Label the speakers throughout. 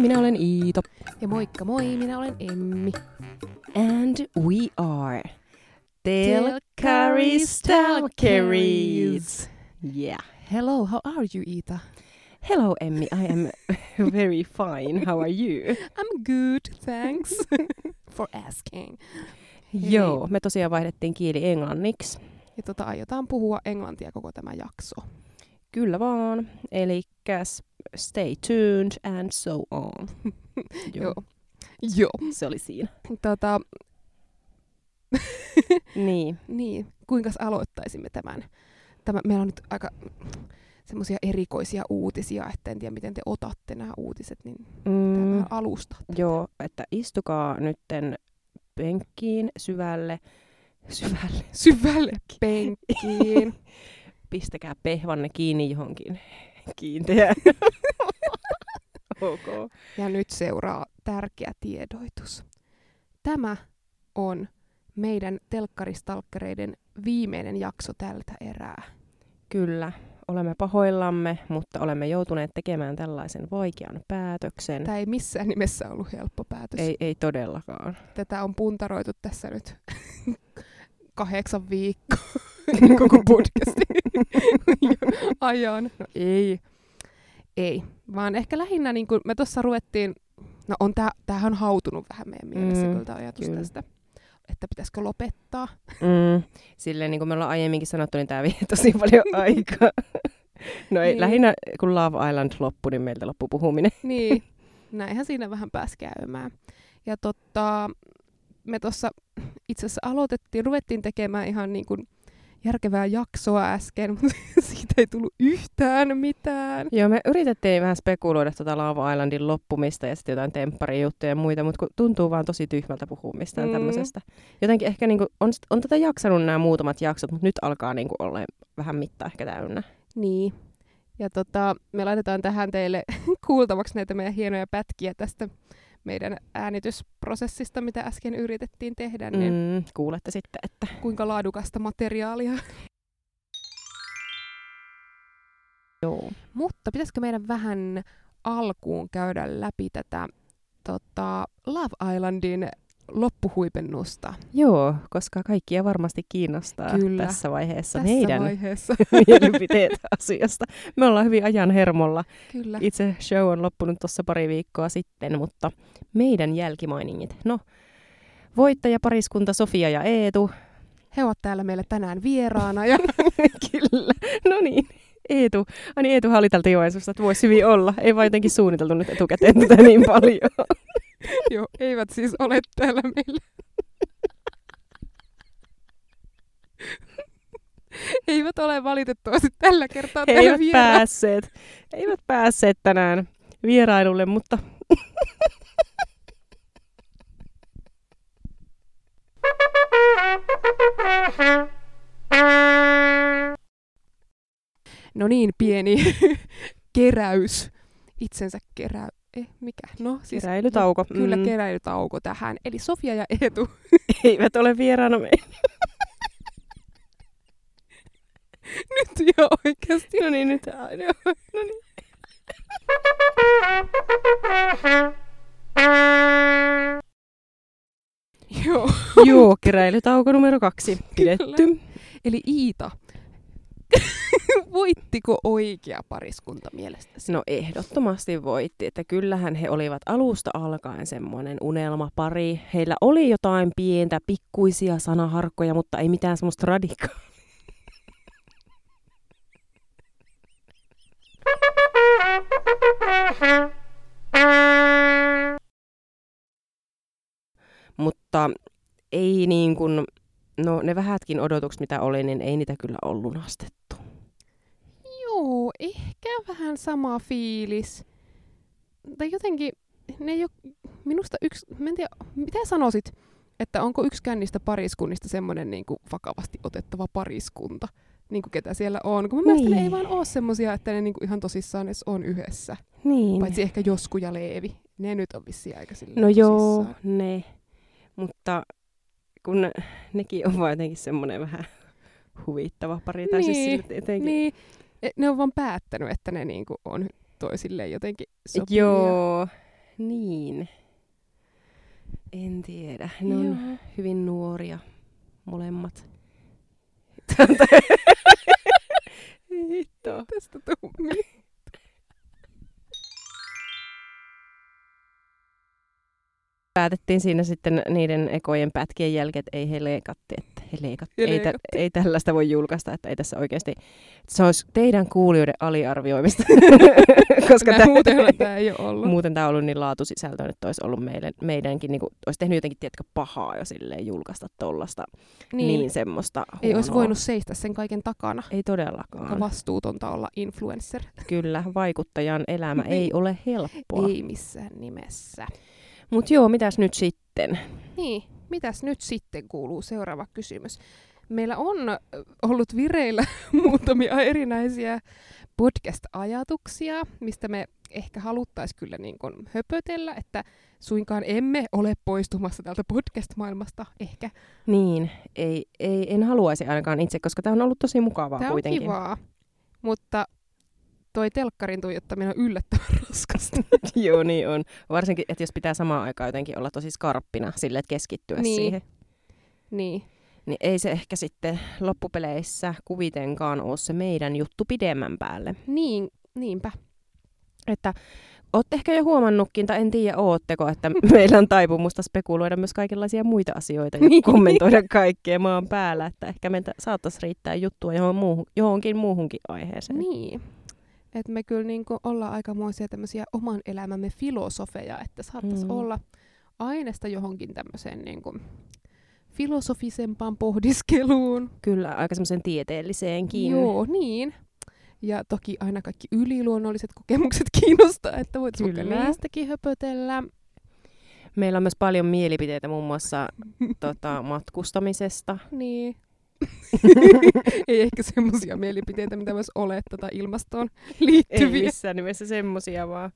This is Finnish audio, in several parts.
Speaker 1: minä olen Iito.
Speaker 2: Ja moikka moi, minä olen Emmi.
Speaker 1: And we are Yeah.
Speaker 2: Hello, how are you, Ita?
Speaker 1: Hello Emmi, I am very fine. How are you?
Speaker 2: I'm good, thanks for asking. Hei.
Speaker 1: Joo, me tosiaan vaihdettiin kieli englanniksi.
Speaker 2: Ja tota, aiotaan puhua englantia koko tämä jakso.
Speaker 1: Kyllä vaan. Elikkäs stay tuned and so on. Joo,
Speaker 2: Joo.
Speaker 1: se oli siinä.
Speaker 2: Tota,
Speaker 1: Niin.
Speaker 2: niin, kuinka aloittaisimme tämän? Tämä, meillä on nyt aika semmoisia erikoisia uutisia, että en tiedä miten te otatte nämä uutiset, niin pitää
Speaker 1: Mm.
Speaker 2: vähän alusta.
Speaker 1: Joo, että istukaa nytten penkkiin syvälle, syvälle,
Speaker 2: Syvälle penkkiin.
Speaker 1: pistäkää pehvanne kiinni johonkin kiinteään. ok.
Speaker 2: Ja nyt seuraa tärkeä tiedoitus. Tämä on meidän telkkaristalkkereiden viimeinen jakso tältä erää.
Speaker 1: Kyllä, olemme pahoillamme, mutta olemme joutuneet tekemään tällaisen vaikean päätöksen.
Speaker 2: Tämä ei missään nimessä ollut helppo päätös.
Speaker 1: Mm. Ei, ei todellakaan.
Speaker 2: Tätä on puntaroitu tässä nyt kahdeksan viikkoa koko podcastin ajan. No ei. Ei, vaan ehkä lähinnä, niin kuin me tuossa ruvettiin, no on tää, tämähän on hautunut vähän meidän mielessä
Speaker 1: Mm,
Speaker 2: mm, kyllä tää ajatus
Speaker 1: kyllä.
Speaker 2: tästä, että pitäisikö lopettaa.
Speaker 1: Mm, silleen, niin kuin me ollaan aiemminkin sanottu, niin tämä vie tosi paljon aikaa. No ei,
Speaker 2: Niin.
Speaker 1: niin. lähinnä kun Love Island loppui, niin meiltä loppui puhuminen.
Speaker 2: Niin, näinhän siinä vähän pääsi käymään. Ja totta, me tuossa itse asiassa aloitettiin, ruvettiin tekemään ihan niin kuin järkevää jaksoa äsken, mutta siitä ei tullut yhtään mitään.
Speaker 1: Joo, me yritettiin vähän spekuloida tuota Lava Islandin loppumista ja sitten jotain tempparijuttuja ja muita, mutta kun tuntuu vaan tosi tyhmältä puhua mistään
Speaker 2: Mm.
Speaker 1: mm. tämmöisestä. Jotenkin ehkä niinku, on, sit- on tätä jaksanut nämä muutamat jaksot, mutta nyt alkaa niinku olla vähän mittaa ehkä täynnä.
Speaker 2: Niin. Ja tota, me laitetaan tähän teille kuultavaksi näitä meidän hienoja pätkiä tästä meidän äänitysprosessista, mitä äsken yritettiin tehdä, mm. niin
Speaker 1: Mm, kuulette sitten, että
Speaker 2: kuinka laadukasta materiaalia.
Speaker 1: joo.
Speaker 2: Mutta pitäisikö meidän vähän alkuun käydä läpi tätä tota, Love Islandin loppuhuipennusta
Speaker 1: Joo, koska kaikkia varmasti kiinnostaa
Speaker 2: Kyllä.
Speaker 1: tässä vaiheessa
Speaker 2: tässä
Speaker 1: tässä meidän vai...
Speaker 2: vaiheessa?
Speaker 1: mielipiteet asiasta. Me ollaan hyvin ajan hermolla.
Speaker 2: Kyllä.
Speaker 1: Itse show on loppunut tuossa pari viikkoa sitten, mutta meidän jälkimainingit. No, voittajapariskunta Sofia ja Eetu.
Speaker 2: He ovat täällä meillä tänään vieraana ja
Speaker 1: Kyllä. No niin. Eetu, aina Eetuhan oli tältä Joensuusta, että voisi hyvin olla. Ei vaan jotenkin suunniteltu nyt etukäteen tätä niin paljon.
Speaker 2: jo, eivät siis ole täällä meillä. eivät ole valitettavasti tällä kertaa
Speaker 1: He
Speaker 2: täällä
Speaker 1: eivät
Speaker 2: vieraana.
Speaker 1: päässeet, he eivät päässeet tänään vierailulle, mutta...
Speaker 2: No niin, pieni keräys. Itsensä kerä... Eh, mikä? No, siis
Speaker 1: Keräilytauko.
Speaker 2: Kyllä
Speaker 1: Mm.
Speaker 2: keräilytauko tähän. Eli Sofia ja Eetu.
Speaker 1: eivät ole vieraana meillä.
Speaker 2: Nyt jo oikeasti.
Speaker 1: No niin, nyt aina. No niin.
Speaker 2: Joo.
Speaker 1: Joo, keräilytauko numero kaksi pidetty.
Speaker 2: Eli Iita. Voittiko oikea pariskunta mielestäsi?
Speaker 1: No ehdottomasti voitti, että kyllähän he olivat alusta alkaen semmoinen unelmapari. Heillä oli jotain pientä, pikkuisia sanaharkkoja, mutta ei mitään semmoista radikaalia. Mutta ei niin kuin, no ne vähätkin odotukset mitä oli, niin ei niitä kyllä ollut lunastettu.
Speaker 2: Joo, ehkä vähän sama fiilis. Tai jotenkin, ne ei ole, minusta yksi, mä en tiedä, mitä sanoisit, että onko yksikään niistä pariskunnista semmoinen niin kuin vakavasti otettava pariskunta, niin kuin ketä siellä on. Kun mun mielestä ne
Speaker 1: Niin.
Speaker 2: ei vaan ole semmoisia, että ne niin kuin ihan tosissaan edes on yhdessä.
Speaker 1: Niin.
Speaker 2: Paitsi ehkä Josku ja Leevi. Ne nyt on vissiin aika silleen
Speaker 1: No joo,
Speaker 2: tosissaan.
Speaker 1: ne. Mutta kun ne- nekin on vaan jotenkin semmoinen vähän huvittava pari. Tai siis
Speaker 2: Niin,
Speaker 1: sillä, että jotenkin...
Speaker 2: Niin, e- ne on vaan päättänyt, että ne niinku on toisilleen jotenkin sopivia.
Speaker 1: Joo. Niin. En tiedä. Ne on
Speaker 2: Joo.
Speaker 1: hyvin nuoria molemmat. Hitto.
Speaker 2: Tästä tummi.
Speaker 1: Päätettiin siinä sitten niiden ekojen pätkien jälkeen, että ei he leikatti, että he leikatti.
Speaker 2: He
Speaker 1: Ei, tä,
Speaker 2: leikatti.
Speaker 1: ei tällaista voi julkaista, että ei tässä oikeasti. Se olisi teidän kuulijoiden aliarvioimista, koska
Speaker 2: Nää,
Speaker 1: tä-
Speaker 2: muutenhan tämä ei ole ollut.
Speaker 1: muuten tämä on ollut niin laatusisältöä, että olisi ollut meille, meidänkin, niin kuin, olisi tehnyt jotenkin tietkö pahaa jo silleen julkaista tuollaista niin, niin semmoista huonoa.
Speaker 2: ei olisi voinut seistä sen kaiken takana.
Speaker 1: Ei
Speaker 2: Kuinka
Speaker 1: todellakaan.
Speaker 2: vastuutonta olla influencer.
Speaker 1: Kyllä, vaikuttajan elämä ei
Speaker 2: Niin.
Speaker 1: ole helppoa.
Speaker 2: Ei missään nimessä.
Speaker 1: Mutta joo, mitäs nyt sitten?
Speaker 2: Niin, mitäs nyt sitten kuuluu seuraava kysymys? Meillä on ö, ollut vireillä muutamia erinäisiä podcast-ajatuksia, mistä me ehkä haluttaisiin kyllä niin kuin höpötellä, että suinkaan emme ole poistumassa täältä podcast-maailmasta ehkä.
Speaker 1: Niin, ei, ei, en haluaisi ainakaan itse, koska tämä on ollut tosi mukavaa
Speaker 2: Tämä on
Speaker 1: kuitenkin.
Speaker 2: kivaa, mutta toi telkkarin tuijottaminen on yllättävän raskasta.
Speaker 1: joo, niin on. Varsinkin, että jos pitää samaan aikaan jotenkin olla tosi skarppina sille, että keskittyä
Speaker 2: Niin.
Speaker 1: siihen,
Speaker 2: niin,
Speaker 1: niin ei se ehkä sitten loppupeleissä kuvitenkaan ole se meidän juttu pidemmän päälle.
Speaker 2: niin, niinpä.
Speaker 1: Että olette ehkä jo huomannutkin, tai en tiedä ootteko, että meillä on taipumusta spekuloida myös kaikenlaisia muita asioita ja
Speaker 2: Niin.
Speaker 1: kommentoida kaikkea maan päällä, että ehkä meiltä saattaisi riittää juttua johon muuhun, johonkin muuhunkin aiheeseen.
Speaker 2: Niin. Et me kyllä niinku ollaan aikamoisia tämmöisiä oman elämämme filosofeja, että saattaisi
Speaker 1: Mm.
Speaker 2: mm. olla aineesta johonkin tämmöiseen niinku filosofisempaan pohdiskeluun.
Speaker 1: Kyllä, aika semmoisen tieteelliseenkin.
Speaker 2: Joo, niin. Ja toki aina kaikki yliluonnolliset kokemukset kiinnostaa, että voit vaikka
Speaker 1: Kyllä.
Speaker 2: niistäkin höpötellä.
Speaker 1: Meillä on myös paljon mielipiteitä muun muassa tota, matkustamisesta.
Speaker 2: Niin. Ei ehkä semmoisia mielipiteitä, mitä voisi olettaa tai ilmastoon
Speaker 1: Ei
Speaker 2: liittyviä.
Speaker 1: missään nimessä semmoisia, vaan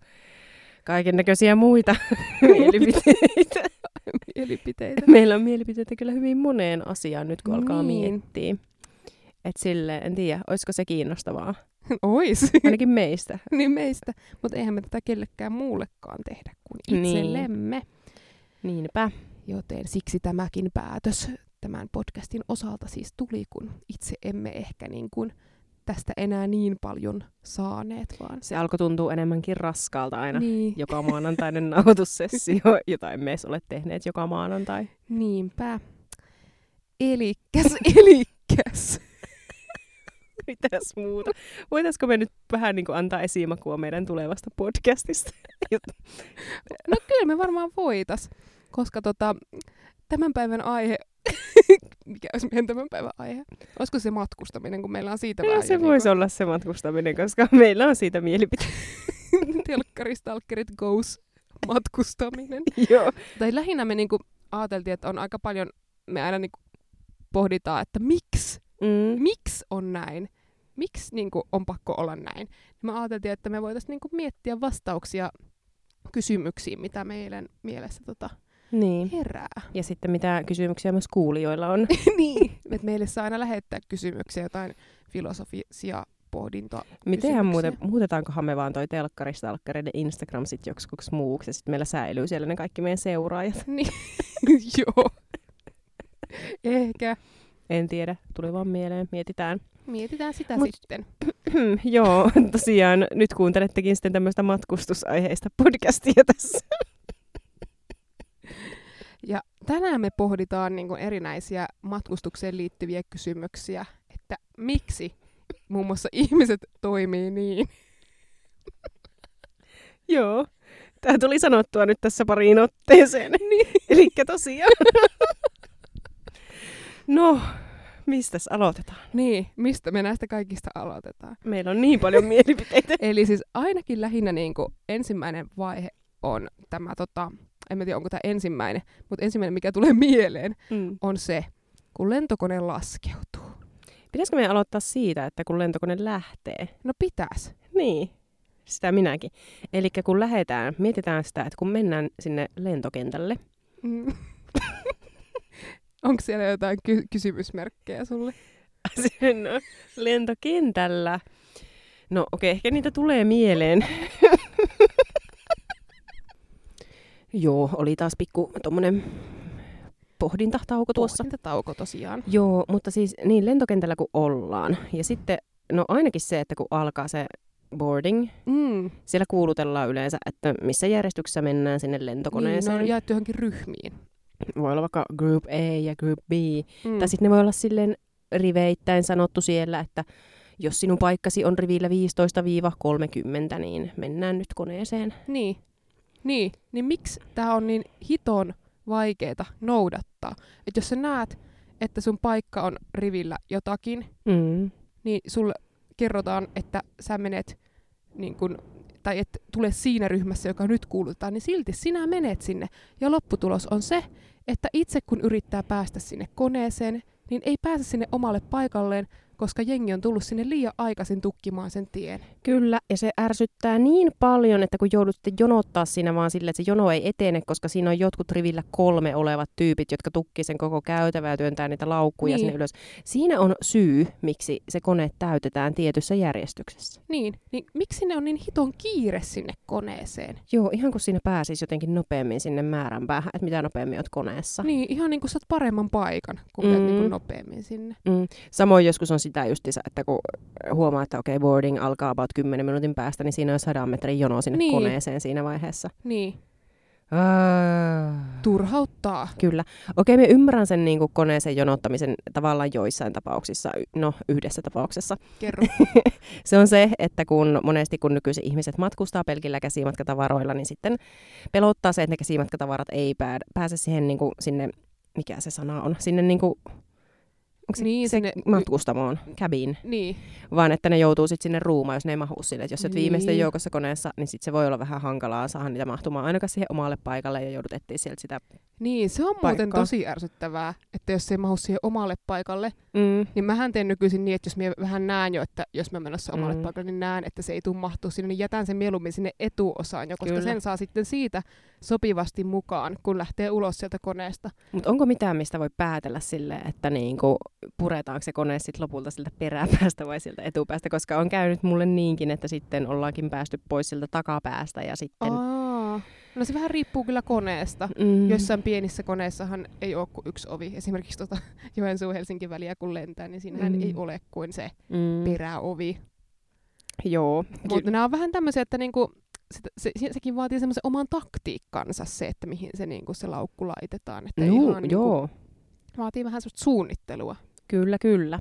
Speaker 1: kaiken näköisiä muita mielipiteitä.
Speaker 2: mielipiteitä.
Speaker 1: Meillä on mielipiteitä kyllä hyvin moneen asiaan nyt, kun alkaa
Speaker 2: Niin.
Speaker 1: miettiä. Et sille, en tiedä, olisiko se kiinnostavaa.
Speaker 2: Ois.
Speaker 1: Ainakin meistä.
Speaker 2: niin meistä. Mutta eihän me tätä kellekään muullekaan tehdä kuin
Speaker 1: Niin.
Speaker 2: itsellemme. Niin.
Speaker 1: Niinpä.
Speaker 2: Joten siksi tämäkin päätös tämän podcastin osalta siis tuli, kun itse emme ehkä niin kuin tästä enää niin paljon saaneet, vaan
Speaker 1: Se alkoi tuntua enemmänkin raskaalta aina. Niin.
Speaker 2: niin,
Speaker 1: Joka maanantainen nauhoitussessio, jota emme edes ole tehneet joka maanantai.
Speaker 2: niinpä. Elikkäs, elikkäs.
Speaker 1: Mitäs muuta? Voitaisko me nyt vähän niin kuin antaa esimakua meidän tulevasta podcastista?
Speaker 2: No kyllä me varmaan voitas, koska tota, tämän päivän aihe, mikä olisi meidän tämän päivän aihe? Olisiko se matkustaminen, kun meillä on niin siitä
Speaker 1: Kyllä
Speaker 2: vähän
Speaker 1: se voisi olla se matkustaminen, koska meillä on siitä mielipite.
Speaker 2: telkkaristalkkerit goes matkustaminen.
Speaker 1: Joo.
Speaker 2: tai lähinnä me niinku ajateltiin, että on aika paljon, me aina niinku pohditaan, että miksi,
Speaker 1: Mm.
Speaker 2: miksi on näin, miksi niinku on pakko olla näin. Niin me ajateltiin, että me voitaisiin niinku miettiä vastauksia kysymyksiin, mitä meidän mielessä tota
Speaker 1: Niin.
Speaker 2: herää.
Speaker 1: Ja sitten mitä kysymyksiä myös kuulijoilla on.
Speaker 2: niin. Et meille saa aina lähettää kysymyksiä, jotain filosofisia pohdintoa.
Speaker 1: Mitenhän muuten,
Speaker 2: Kysymyksiä.
Speaker 1: muutetaankohan me vaan toi telkkaristalkkareiden Instagram sit joksikuksi muuksi ja sitten meillä säilyy siellä ne kaikki meidän seuraajat.
Speaker 2: Niin. Joo. Ehkä.
Speaker 1: En tiedä, tuli vaan mieleen, mietitään.
Speaker 2: Mietitään sitä
Speaker 1: Mut-
Speaker 2: sitten.
Speaker 1: Joo, tosiaan nyt kuuntelettekin sitten tämmöistä matkustusaiheista podcastia tässä.
Speaker 2: Ja tänään me pohditaan niin kuin erinäisiä matkustukseen liittyviä kysymyksiä, että miksi muun muassa ihmiset toimii niin.
Speaker 1: Joo. Tämä tuli sanottua nyt tässä pariin otteeseen. Niin. Eli tosiaan. no, mistäs aloitetaan?
Speaker 2: Niin, mistä me näistä kaikista aloitetaan.
Speaker 1: Meillä on niin paljon mielipiteitä.
Speaker 2: Eli siis ainakin lähinnä niin kuin ensimmäinen vaihe on tämä, tota, en mä tiedä onko tämä ensimmäinen, mutta ensimmäinen mikä tulee mieleen
Speaker 1: Mm.
Speaker 2: on se, kun lentokone laskeutuu.
Speaker 1: Pitäisikö meidän aloittaa siitä, että kun lentokone lähtee,
Speaker 2: No pitäis.
Speaker 1: Niin, sitä minäkin. Eli kun lähdetään, mietitään sitä, että kun mennään sinne lentokentälle,
Speaker 2: Mm. Onko siellä jotain ky- kysymysmerkkejä sulle?
Speaker 1: sen on lentokentällä, no okei, okay, ehkä niitä tulee mieleen. Joo, oli taas pikku tuommoinen pohdintatauko tuossa.
Speaker 2: tauko tosiaan.
Speaker 1: Joo, mutta siis niin lentokentällä kun ollaan. Ja sitten, no ainakin se, että kun alkaa se boarding,
Speaker 2: Mm.
Speaker 1: siellä kuulutellaan yleensä, että missä järjestyksessä mennään sinne
Speaker 2: Niin, ne
Speaker 1: lentokoneeseen.
Speaker 2: on
Speaker 1: Niin,
Speaker 2: jaettu johonkin ryhmiin.
Speaker 1: Voi olla vaikka group A ja group B.
Speaker 2: Mm.
Speaker 1: Tai sitten ne voi olla silleen riveittäin sanottu siellä, että jos sinun paikkasi on rivillä 15-30, niin mennään nyt koneeseen.
Speaker 2: Niin. Niin, niin miksi tämä on niin hiton vaikeeta noudattaa? Että jos sä näet, että sun paikka on rivillä jotakin,
Speaker 1: Mm.
Speaker 2: niin sulle kerrotaan, että sä menet niin kun, tai et tule siinä ryhmässä, joka nyt kuulutetaan, niin silti sinä menet sinne. Ja lopputulos on se, että itse kun yrittää päästä sinne koneeseen, niin ei pääse sinne omalle paikalleen, koska jengi on tullut sinne liian aikaisin tukkimaan sen tien.
Speaker 1: Kyllä, ja se ärsyttää niin paljon, että kun joudut sitten jonottaa siinä vaan sillä, että se jono ei etene, koska siinä on jotkut rivillä kolme olevat tyypit, jotka tukkii sen koko käytävää ja työntää niitä laukkuja
Speaker 2: Niin.
Speaker 1: sinne ylös. Siinä on syy, miksi se kone täytetään tietyssä järjestyksessä.
Speaker 2: Niin, niin miksi sinne on niin hiton kiire sinne koneeseen?
Speaker 1: Joo, ihan kun siinä pääsisi jotenkin nopeammin sinne määränpäähän, että mitä nopeammin oot koneessa.
Speaker 2: Niin, ihan niin kuin saat paremman paikan, kun mm. menet
Speaker 1: Mm.
Speaker 2: niin kuin nopeammin sinne.
Speaker 1: Samoin joskus on sitä justiinsa, että kun huomaa, että okei, boarding alkaa about 10 minuutin päästä, niin siinä on 100 metrin jono sinne
Speaker 2: Niin.
Speaker 1: niin. koneeseen siinä vaiheessa.
Speaker 2: Niin,
Speaker 1: Ah.
Speaker 2: turhauttaa.
Speaker 1: Kyllä. Okei, me ymmärrän sen niin kuin koneeseen jonottamisen tavallaan joissain tapauksissa, y- no yhdessä tapauksessa.
Speaker 2: Kerro.
Speaker 1: Se on se, että kun monesti kun nykyisin ihmiset matkustaa pelkillä käsimatkatavaroilla, niin sitten pelottaa se, että ne käsimatkatavarat ei pää- pääse siihen niin kuin sinne, mikä se sana on, sinne niin kuin, onko se,
Speaker 2: Niin,
Speaker 1: niin, se
Speaker 2: sinne-
Speaker 1: sinne... matkustamoon, cabin,
Speaker 2: niin,
Speaker 1: vaan että ne joutuu sitten sinne ruumaan, jos ne ei mahu sille. Et Jos et viimeisten
Speaker 2: Niin.
Speaker 1: joukossa koneessa, niin sitten se voi olla vähän hankalaa saada niitä mahtumaan ainakaan siihen omalle paikalle ja joudut etsiä sieltä sitä.
Speaker 2: niin, se on muuten
Speaker 1: Paikkaa.
Speaker 2: tosi ärsyttävää, että jos se ei mahu siihen omalle paikalle,
Speaker 1: Mm.
Speaker 2: niin mähän teen nykyisin niin, että jos minä vähän näen jo, että jos mä menossa omalle
Speaker 1: Mm.
Speaker 2: paikalle, niin näen, että se ei tule mahtua sinne, niin jätän sen mieluummin sinne etuosaan jo, koska
Speaker 1: Kyllä.
Speaker 2: sen saa sitten siitä sopivasti mukaan, kun lähtee ulos sieltä koneesta.
Speaker 1: Mutta onko mitään, mistä voi päätellä sille, että niinku puretaanko se kone sitten lopulta siltä peräpäästä vai siltä etupäästä, koska on käynyt mulle niinkin, että sitten ollaankin päästy pois siltä takapäästä ja sitten...
Speaker 2: Aa. No se vähän riippuu kyllä koneesta.
Speaker 1: Mm,
Speaker 2: Jossain pienissä koneissahan ei ole kuin yksi ovi. Esimerkiksi tuota Joensuu-Helsinki väliä kun lentää, niin siinähän
Speaker 1: Mm.
Speaker 2: ei ole kuin se
Speaker 1: mm,
Speaker 2: peräovi.
Speaker 1: Joo,
Speaker 2: Mutta nämä on vähän tämmöisiä, että niinku, sitä, se, se, sekin vaatii semmoisen oman taktiikkansa se, että mihin se, niinku, se laukku laitetaan. Että ei
Speaker 1: Juu,
Speaker 2: ihan, Niinku,
Speaker 1: joo,
Speaker 2: vaatii vähän semmoista suunnittelua.
Speaker 1: kyllä, kyllä.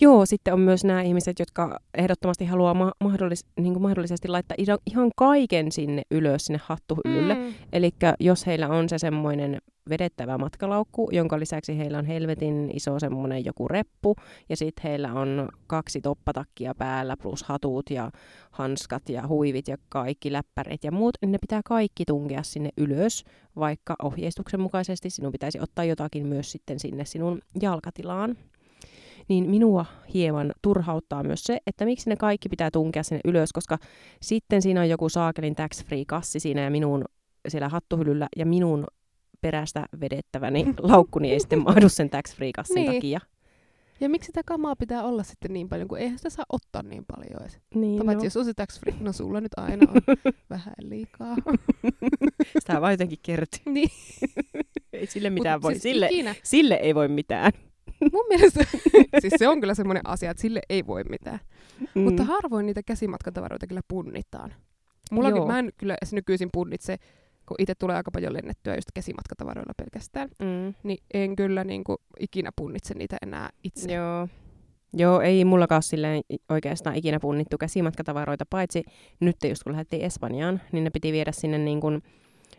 Speaker 1: Joo, sitten on myös nämä ihmiset, jotka ehdottomasti haluaa ma- mahdollis- niinku mahdollisesti laittaa iso- ihan kaiken sinne ylös, sinne hattuhyllylle.
Speaker 2: Mm.
Speaker 1: Eli jos heillä on se semmoinen vedettävä matkalaukku, jonka lisäksi heillä on helvetin iso semmoinen joku reppu, ja sitten heillä on kaksi toppatakkia päällä, plus hatut ja hanskat ja huivit ja kaikki läppärit ja muut, niin ne pitää kaikki tunkea sinne ylös, vaikka ohjeistuksen mukaisesti sinun pitäisi ottaa jotakin myös sitten sinne sinun jalkatilaan. Niin minua hieman turhauttaa myös se, että miksi ne kaikki pitää tunkea sinne ylös, koska sitten siinä on joku saakelin tax-free-kassi siinä ja minun siellä hattuhyllyllä ja minun perästä vedettäväni laukkuni ei sitten mahdu sen tax-free-kassin
Speaker 2: Niin.
Speaker 1: takia.
Speaker 2: Ja miksi sitä kamaa pitää olla sitten niin paljon, kun eihän sitä saa ottaa niin paljon edes.
Speaker 1: Niin,
Speaker 2: No. Paitsi jos on se tax free, no sulla nyt aina on vähän liikaa.
Speaker 1: Sitä vaan jotenkin kertyy.
Speaker 2: niin.
Speaker 1: Ei sille
Speaker 2: Mut
Speaker 1: mitään voi.
Speaker 2: Siis
Speaker 1: sille,
Speaker 2: ikinä,
Speaker 1: sille ei voi mitään.
Speaker 2: mun mielestä, siis se on kyllä semmoinen asia, että sille ei voi mitään.
Speaker 1: Mm.
Speaker 2: Mutta harvoin niitä käsimatkatavaroita kyllä punnitaan. Mullakin,
Speaker 1: Joo.
Speaker 2: mä en kyllä edes nykyisin punnitse, kun itse tulee aika paljon lennettyä just käsimatkatavaroilla pelkästään,
Speaker 1: mm.
Speaker 2: niin en kyllä niin kuin, ikinä punnitse niitä enää itse.
Speaker 1: Joo. Joo, ei mullakaan ole silleen oikeastaan ikinä punnittu käsimatkatavaroita, paitsi nyt just kun lähdettiin Espanjaan, niin ne piti viedä sinne niin kuin,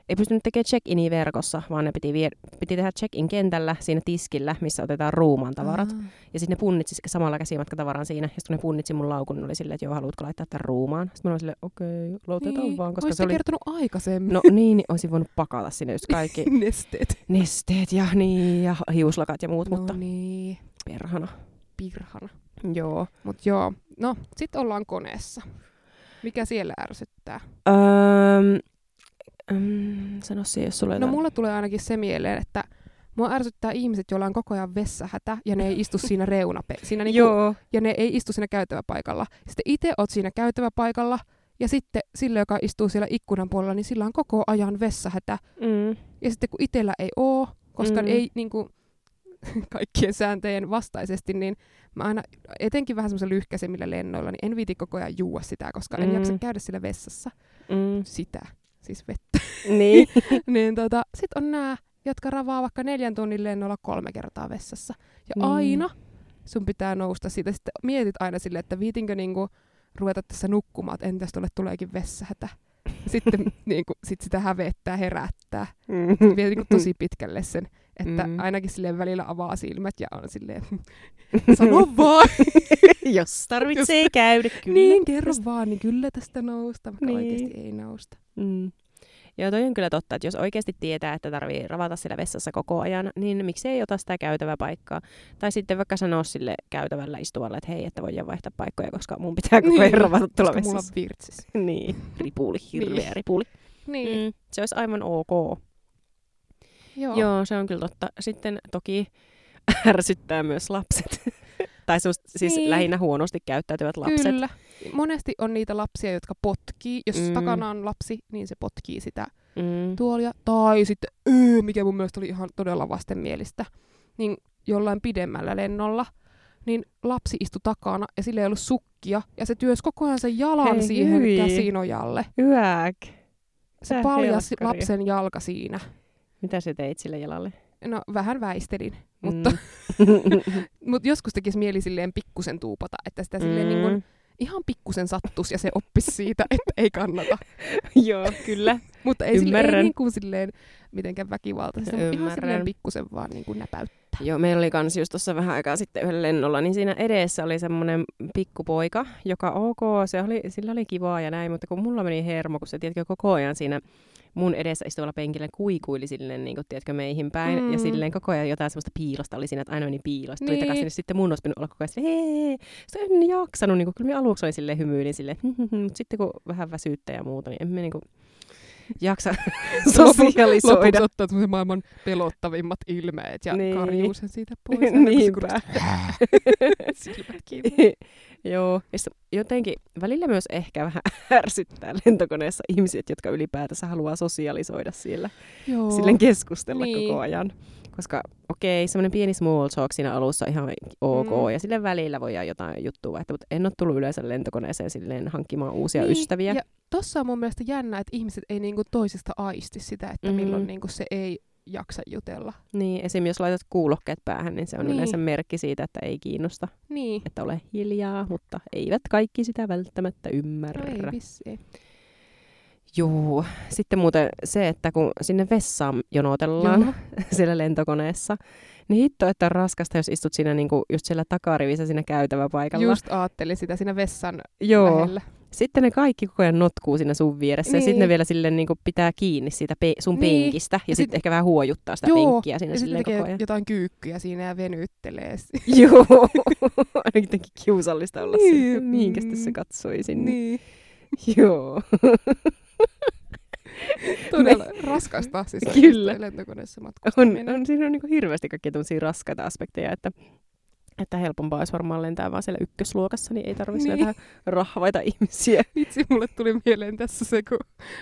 Speaker 1: ei pystynyt tekemään check-inia verkossa, vaan ne piti, vie, piti tehdä check-in kentällä siinä tiskillä, missä otetaan ruumaan tavarat.
Speaker 2: Aa.
Speaker 1: Ja sitten ne punnitsi se- samalla käsimatkatavaran siinä. Ja sitten ne punnitsi mun laukun, niin oli silleen, että joo, haluatko laittaa tämän ruumaan? Sitten mä olin silleen, okei, okay, otetaan
Speaker 2: Niin,
Speaker 1: vaan, koska
Speaker 2: ois
Speaker 1: se
Speaker 2: te
Speaker 1: oli...
Speaker 2: kertonut aikaisemmin.
Speaker 1: No niin, niin olisin voinut pakata sinne just kaikki
Speaker 2: Nesteet.
Speaker 1: nesteet ja, niin, ja hiuslakat ja muut, no,
Speaker 2: No
Speaker 1: mutta
Speaker 2: niin,
Speaker 1: perhana.
Speaker 2: pirhana.
Speaker 1: Joo.
Speaker 2: Mut joo, no sit ollaan koneessa. Mikä siellä ärsyttää?
Speaker 1: Öm, öm, sano se, jos sulla
Speaker 2: No
Speaker 1: jotain-
Speaker 2: mulla tulee ainakin se mieleen, että mua ärsyttää ihmiset, joilla on koko ajan vessahätä ja ne ei istu siinä reunape. Siinä niinku,
Speaker 1: Joo.
Speaker 2: ja ne ei istu siinä käytäväpaikalla. Sitten itse oot siinä käytäväpaikalla Ja sitten sillä, joka istuu siellä ikkunan puolella, niin sillä on koko ajan vessahätä.
Speaker 1: Mm.
Speaker 2: Ja sitten kun itsellä ei oo, koska
Speaker 1: Mm.
Speaker 2: mm. ei niin kuin, kaikkien sääntöjen vastaisesti, niin mä aina, etenkin vähän semmoisella lyhkäisemmillä lennoilla, niin en viiti koko ajan juua sitä, koska en
Speaker 1: Mm.
Speaker 2: jaksa käydä siellä vessassa.
Speaker 1: Mm.
Speaker 2: Sitä, siis vettä.
Speaker 1: Niin.
Speaker 2: niin tota, sit on nämä, jotka ravaa vaikka neljän tunnin lennolla kolme kertaa vessassa. Ja
Speaker 1: Niin.
Speaker 2: niin. aina sun pitää nousta siitä. Sitten mietit aina silleen, että viitinkö niinku ruveta tässä nukkumaan, että entäs tuolle tuleekin vessahätä. Sitten niinku, sit sitä hävettää, herättää.
Speaker 1: Mm.
Speaker 2: Vie niinku tosi pitkälle sen, että
Speaker 1: Mm.
Speaker 2: mm. ainakin silleen välillä avaa silmät ja on silleen, sano vaan,
Speaker 1: Jos tarvitsee käydä, kyllä.
Speaker 2: niin kerro vaan, niin kyllä tästä nousta, vaikka
Speaker 1: Niin.
Speaker 2: niin. oikeasti ei nousta.
Speaker 1: Mm. Joo, toi on kyllä totta, että jos oikeasti tietää, että tarvii ravata siellä vessassa koko ajan, niin miksi ei ota sitä käytävää paikkaa? Tai sitten vaikka sanoa sille käytävällä istuvalle, että hei, että voidaan vaihtaa paikkoja, koska mun pitää koko ajan
Speaker 2: Niin,
Speaker 1: ravata tuolla
Speaker 2: Koska mulla
Speaker 1: vessassa.
Speaker 2: on virtsis.
Speaker 1: Niin, ripuli, hirveä
Speaker 2: Niin.
Speaker 1: ripuli.
Speaker 2: Niin,
Speaker 1: Mm. Se olisi aivan ok.
Speaker 2: mm. joo.
Speaker 1: Joo, se on kyllä totta. Sitten toki ärsyttää myös lapset. tai semmoset, siis
Speaker 2: Niin.
Speaker 1: lähinnä huonosti käyttäytyvät lapset.
Speaker 2: Kyllä. Monesti on niitä lapsia, jotka potkii. Jos
Speaker 1: Mm.
Speaker 2: mm. takana on lapsi, niin se potkii sitä
Speaker 1: Mm.
Speaker 2: tuolia. Tai sitten, öö, mikä mun mielestä oli ihan todella vastenmielistä, niin jollain pidemmällä lennolla, niin lapsi istui takana ja sillä ei ollut sukkia. Ja se työs koko ajan sen jalan
Speaker 1: Hei,
Speaker 2: Hei, siihen
Speaker 1: hyi.
Speaker 2: hyi. käsinojalle.
Speaker 1: Yäk.
Speaker 2: Se
Speaker 1: Tää
Speaker 2: paljasi
Speaker 1: helkkari.
Speaker 2: lapsen jalka siinä.
Speaker 1: Mitä sä teit sille jalalle?
Speaker 2: No, vähän väistelin. Mutta
Speaker 1: Mm.
Speaker 2: mut joskus tekisi mieli silleen pikkusen tuupata, että sitä
Speaker 1: Mm.
Speaker 2: silleen niin kun, ihan pikkusen sattus ja se oppisi siitä, että ei kannata.
Speaker 1: Joo, kyllä.
Speaker 2: Mutta ei, sille, ei
Speaker 1: Ymmärrän.
Speaker 2: niin kuin silleen mitenkään väkivaltaisesti, mutta ihan
Speaker 1: Ymmärrän.
Speaker 2: silleen pikkusen vaan niin kuin näpäyttää.
Speaker 1: Joo, meillä oli kans just tuossa vähän aikaa sitten yhdellä lennolla, niin siinä edessä oli semmoinen pikkupoika, joka ok, se oli, sillä oli kivaa ja näin, mutta kun mulla meni hermo, kun se tiedätkö, koko ajan siinä mun edessä istuvalla penkillä kuikuili silleen, niin kuin, tiedätkö, meihin päin, mm. ja
Speaker 2: Mm.
Speaker 1: silleen koko ajan jotain semmoista piilosta oli siinä, että aina meni piilosta, tuli
Speaker 2: Niin.
Speaker 1: takaisin, ja sitten mun olisi pitänyt olla koko ajan silleen, hei, se en jaksanut, niin kuin, kyllä minä aluksi oli silleen hymyilin silleen, "Hmm, mutta sitten kun vähän väsyyttä ja muuta, niin en mä niin kuin, jaksa sosialisoida.
Speaker 2: Lopuksi ottaa semmoisen maailman pelottavimmat ilmeet ja
Speaker 1: Niin.
Speaker 2: niin. karjuu sen siitä pois. aina kun se
Speaker 1: Niinpä.
Speaker 2: kuulostaa- Silmät kiinni.
Speaker 1: Joo, ja sit jotenkin välillä myös ehkä vähän ärsyttää lentokoneessa ihmiset, jotka ylipäätänsä haluaa sosialisoida siellä,
Speaker 2: Joo.
Speaker 1: oh. silleen keskustella niin.
Speaker 2: Niin.
Speaker 1: koko ajan. Koska okei, okay, semmoinen pieni small talk siinä alussa on ihan ok, mm.
Speaker 2: Mm.
Speaker 1: ja sille välillä voidaan jotain juttua vaihtaa, mutta en ole tullut yleensä lentokoneeseen silleen hankkimaan uusia
Speaker 2: Niin,
Speaker 1: ystäviä.
Speaker 2: Ja tossa on mun mielestä jännä, että ihmiset ei niinku toisista aisti sitä, että
Speaker 1: Mm.
Speaker 2: mm. milloin niinku se ei jaksa jutella.
Speaker 1: Niin, esim. jos laitat kuulokkeet päähän, niin se on niin.
Speaker 2: Niin.
Speaker 1: yleensä merkki siitä, että ei kiinnosta,
Speaker 2: Niin.
Speaker 1: että ole hiljaa, mutta eivät kaikki sitä välttämättä
Speaker 2: No
Speaker 1: ymmärrä.
Speaker 2: ei vissiin.
Speaker 1: Juu. Sitten muuten se, että kun sinne vessaan jonotellaan Joo. siellä lentokoneessa, niin hitto, että on raskasta, jos istut siinä niinku just siellä takarivissä siinä käytäväpaikalla.
Speaker 2: Just ajattelin sitä siinä vessan
Speaker 1: Joo.
Speaker 2: lähellä.
Speaker 1: Sitten ne kaikki koko ajan notkuu siinä sun vieressä ja
Speaker 2: Niin.
Speaker 1: sitten ne vielä silleen niinku pitää kiinni siitä pe- sun
Speaker 2: Niin.
Speaker 1: penkistä ja,
Speaker 2: Ja
Speaker 1: sitten
Speaker 2: sit-
Speaker 1: ehkä vähän huojuttaa sitä
Speaker 2: Joo.
Speaker 1: penkkiä siinä
Speaker 2: Ja sitten
Speaker 1: silleen
Speaker 2: tekee
Speaker 1: koko ajan.
Speaker 2: jotain kyykkyjä siinä ja venyttelee.
Speaker 1: Joo, on jotenkin kiusallista olla niin.
Speaker 2: Niin.
Speaker 1: siinä, mihinkäs tässä katsoi sinne. Niin.
Speaker 2: Niin.
Speaker 1: Joo.
Speaker 2: Todella raskasta siis
Speaker 1: Niin. Kyllä.
Speaker 2: Kyllä. lentokoneessa
Speaker 1: on,
Speaker 2: matkustaminen.
Speaker 1: on, siinä on niin hirveästi kaikkia tämmöisiä raskaita aspekteja, että, että helpompaa olisi varmaan lentää vaan siellä ykkösluokassa, niin ei tarvitse niin.
Speaker 2: Niin.
Speaker 1: näitä rahvaita ihmisiä.
Speaker 2: Vitsi, mulle tuli mieleen tässä se, kun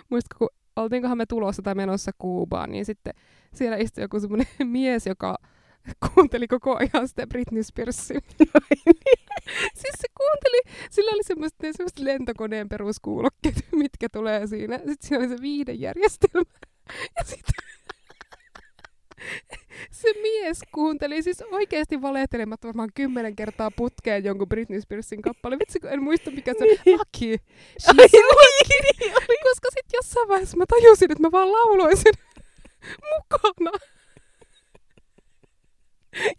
Speaker 2: muistatko, kun oltiinkohan me tulossa tai menossa Kuubaan, niin sitten siellä istui joku semmoinen mies, joka kuunteli koko ajan sitä Britney Spearsia. siis se kuunteli, sillä oli semmoiset, ne semmoiset lentokoneen peruskuulokkeet, mitkä tulee siinä. Sitten siinä oli se viiden järjestelmä. Ja sitten se mies kuunteli siis oikeasti valehtelematta varmaan kymmenen kertaa putkeen jonkun Britney Spearsin kappale. Vitsi, kun en muista mikä se on. Lucky. She's lucky. Koska sitten jossain vaiheessa mä tajusin, että mä vaan lauloin sen mukana.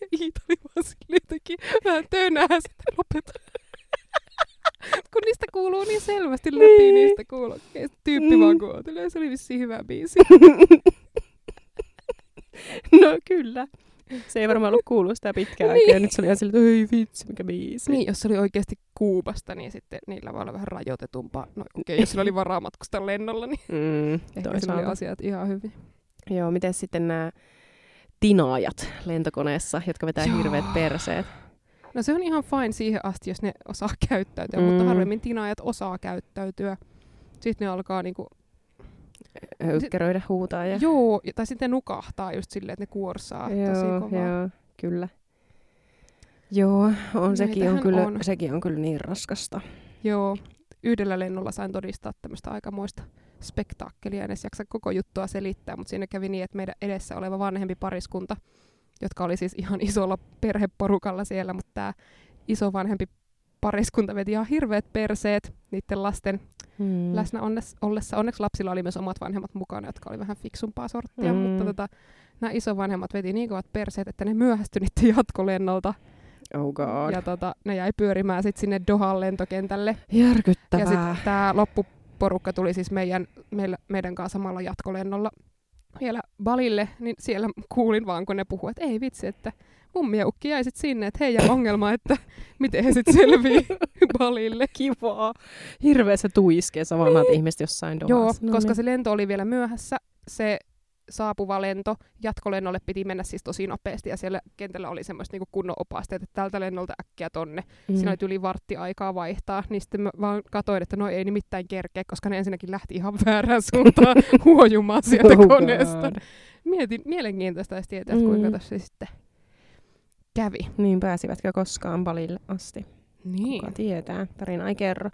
Speaker 2: Ja Iita oli vaan silleen jotenkin vähän tönää sitä lopeta. Kun niistä kuuluu niin selvästi läpi
Speaker 1: Niin.
Speaker 2: niin. niistä kuulokkeista. Tyyppi
Speaker 1: Mm. Niin.
Speaker 2: vaan kuuntelee. Se oli vissiin hyvä biisi.
Speaker 1: No kyllä. Se ei varmaan ollut kuullut sitä pitkään
Speaker 2: Niin.
Speaker 1: aikaa. ja Nyt se oli ihan silleen, että ei vitsi, mikä biisi.
Speaker 2: Niin, jos se oli oikeasti Kuubasta, niin sitten niillä voi olla vähän rajoitetumpaa. No okei, okay, jos sillä oli varaa matkustaa lennolla, niin
Speaker 1: Mm,
Speaker 2: ehkä se oli
Speaker 1: toisaalta.
Speaker 2: asiat ihan hyvin.
Speaker 1: Joo, miten sitten nämä tinaajat lentokoneessa, jotka vetää Joo.
Speaker 2: Joo.
Speaker 1: hirveät perseet.
Speaker 2: No se on ihan fine siihen asti, jos ne osaa käyttäytyä,
Speaker 1: Mm.
Speaker 2: mm. mutta harvemmin tinaajat osaa käyttäytyä. Sitten ne alkaa niinku,
Speaker 1: Höykkäröidä, huutaa ja...
Speaker 2: joo, ja- tai sitten ne nukahtaa just silleen, että ne kuorsaa tosi kovaa.
Speaker 1: joo, kyllä. Joo, on, sekin, on,
Speaker 2: Näitähän
Speaker 1: kyllä,
Speaker 2: on.
Speaker 1: sekin on kyllä niin raskasta.
Speaker 2: Joo, yhdellä lennolla sain todistaa tämmöistä aikamoista spektaakkelia. En edes jaksa koko juttua selittää, mutta siinä kävi niin, että meidän edessä oleva vanhempi pariskunta, jotka oli siis ihan isolla perheporukalla siellä, mutta tämä iso vanhempi pariskunta veti ihan hirveät perseet niiden lasten
Speaker 1: Mm.
Speaker 2: läsnä onnes- ollessa. Onneksi lapsilla oli myös omat vanhemmat mukana, jotka oli vähän fiksumpaa sorttia,
Speaker 1: Mm.
Speaker 2: mutta tota, nämä isovanhemmat veti niin kovat perseet, että ne myöhästyi niiden jatkolennolta.
Speaker 1: Oh god.
Speaker 2: Ja tota, ne jäi pyörimään sitten sinne Dohan lentokentälle. Ja
Speaker 1: Järkyttävää.
Speaker 2: sitten tämä loppuporukka tuli siis meidän, meillä, meidän kanssa samalla jatkolennolla vielä Balille, niin siellä kuulin vaan, kun ne puhuu, että ei vitsi, että mummi ja ukki jäi sit sinne, että heidän ongelma, että miten he sitten selvii Balille.
Speaker 1: Kivaa. Hirveä se tuiskee sä vanhat ihmiset jossain
Speaker 2: Joo,
Speaker 1: dohassa.
Speaker 2: no koska niin. se lento oli vielä myöhässä, se saapuva lento, jatkolennolle piti mennä siis tosi nopeasti, ja siellä kentällä oli semmoista niinku kunnon opasteet, että tältä lennolta äkkiä tonne,
Speaker 1: niin.
Speaker 2: Siinä oli yli vartti aikaa vaihtaa, niin sitten mä vaan katsoin, että no ei nimittäin kerkeä, koska ne ensinnäkin lähti ihan väärään suuntaan huojumaan sieltä
Speaker 1: Oh god.
Speaker 2: koneesta. Mietin, mielenkiintoista olisi tietää, että kuinka
Speaker 1: Mm.
Speaker 2: tässä sitten kävi.
Speaker 1: Niin pääsivätkö koskaan balille asti?
Speaker 2: Niin.
Speaker 1: Kuka tietää? Tarina ei kerro.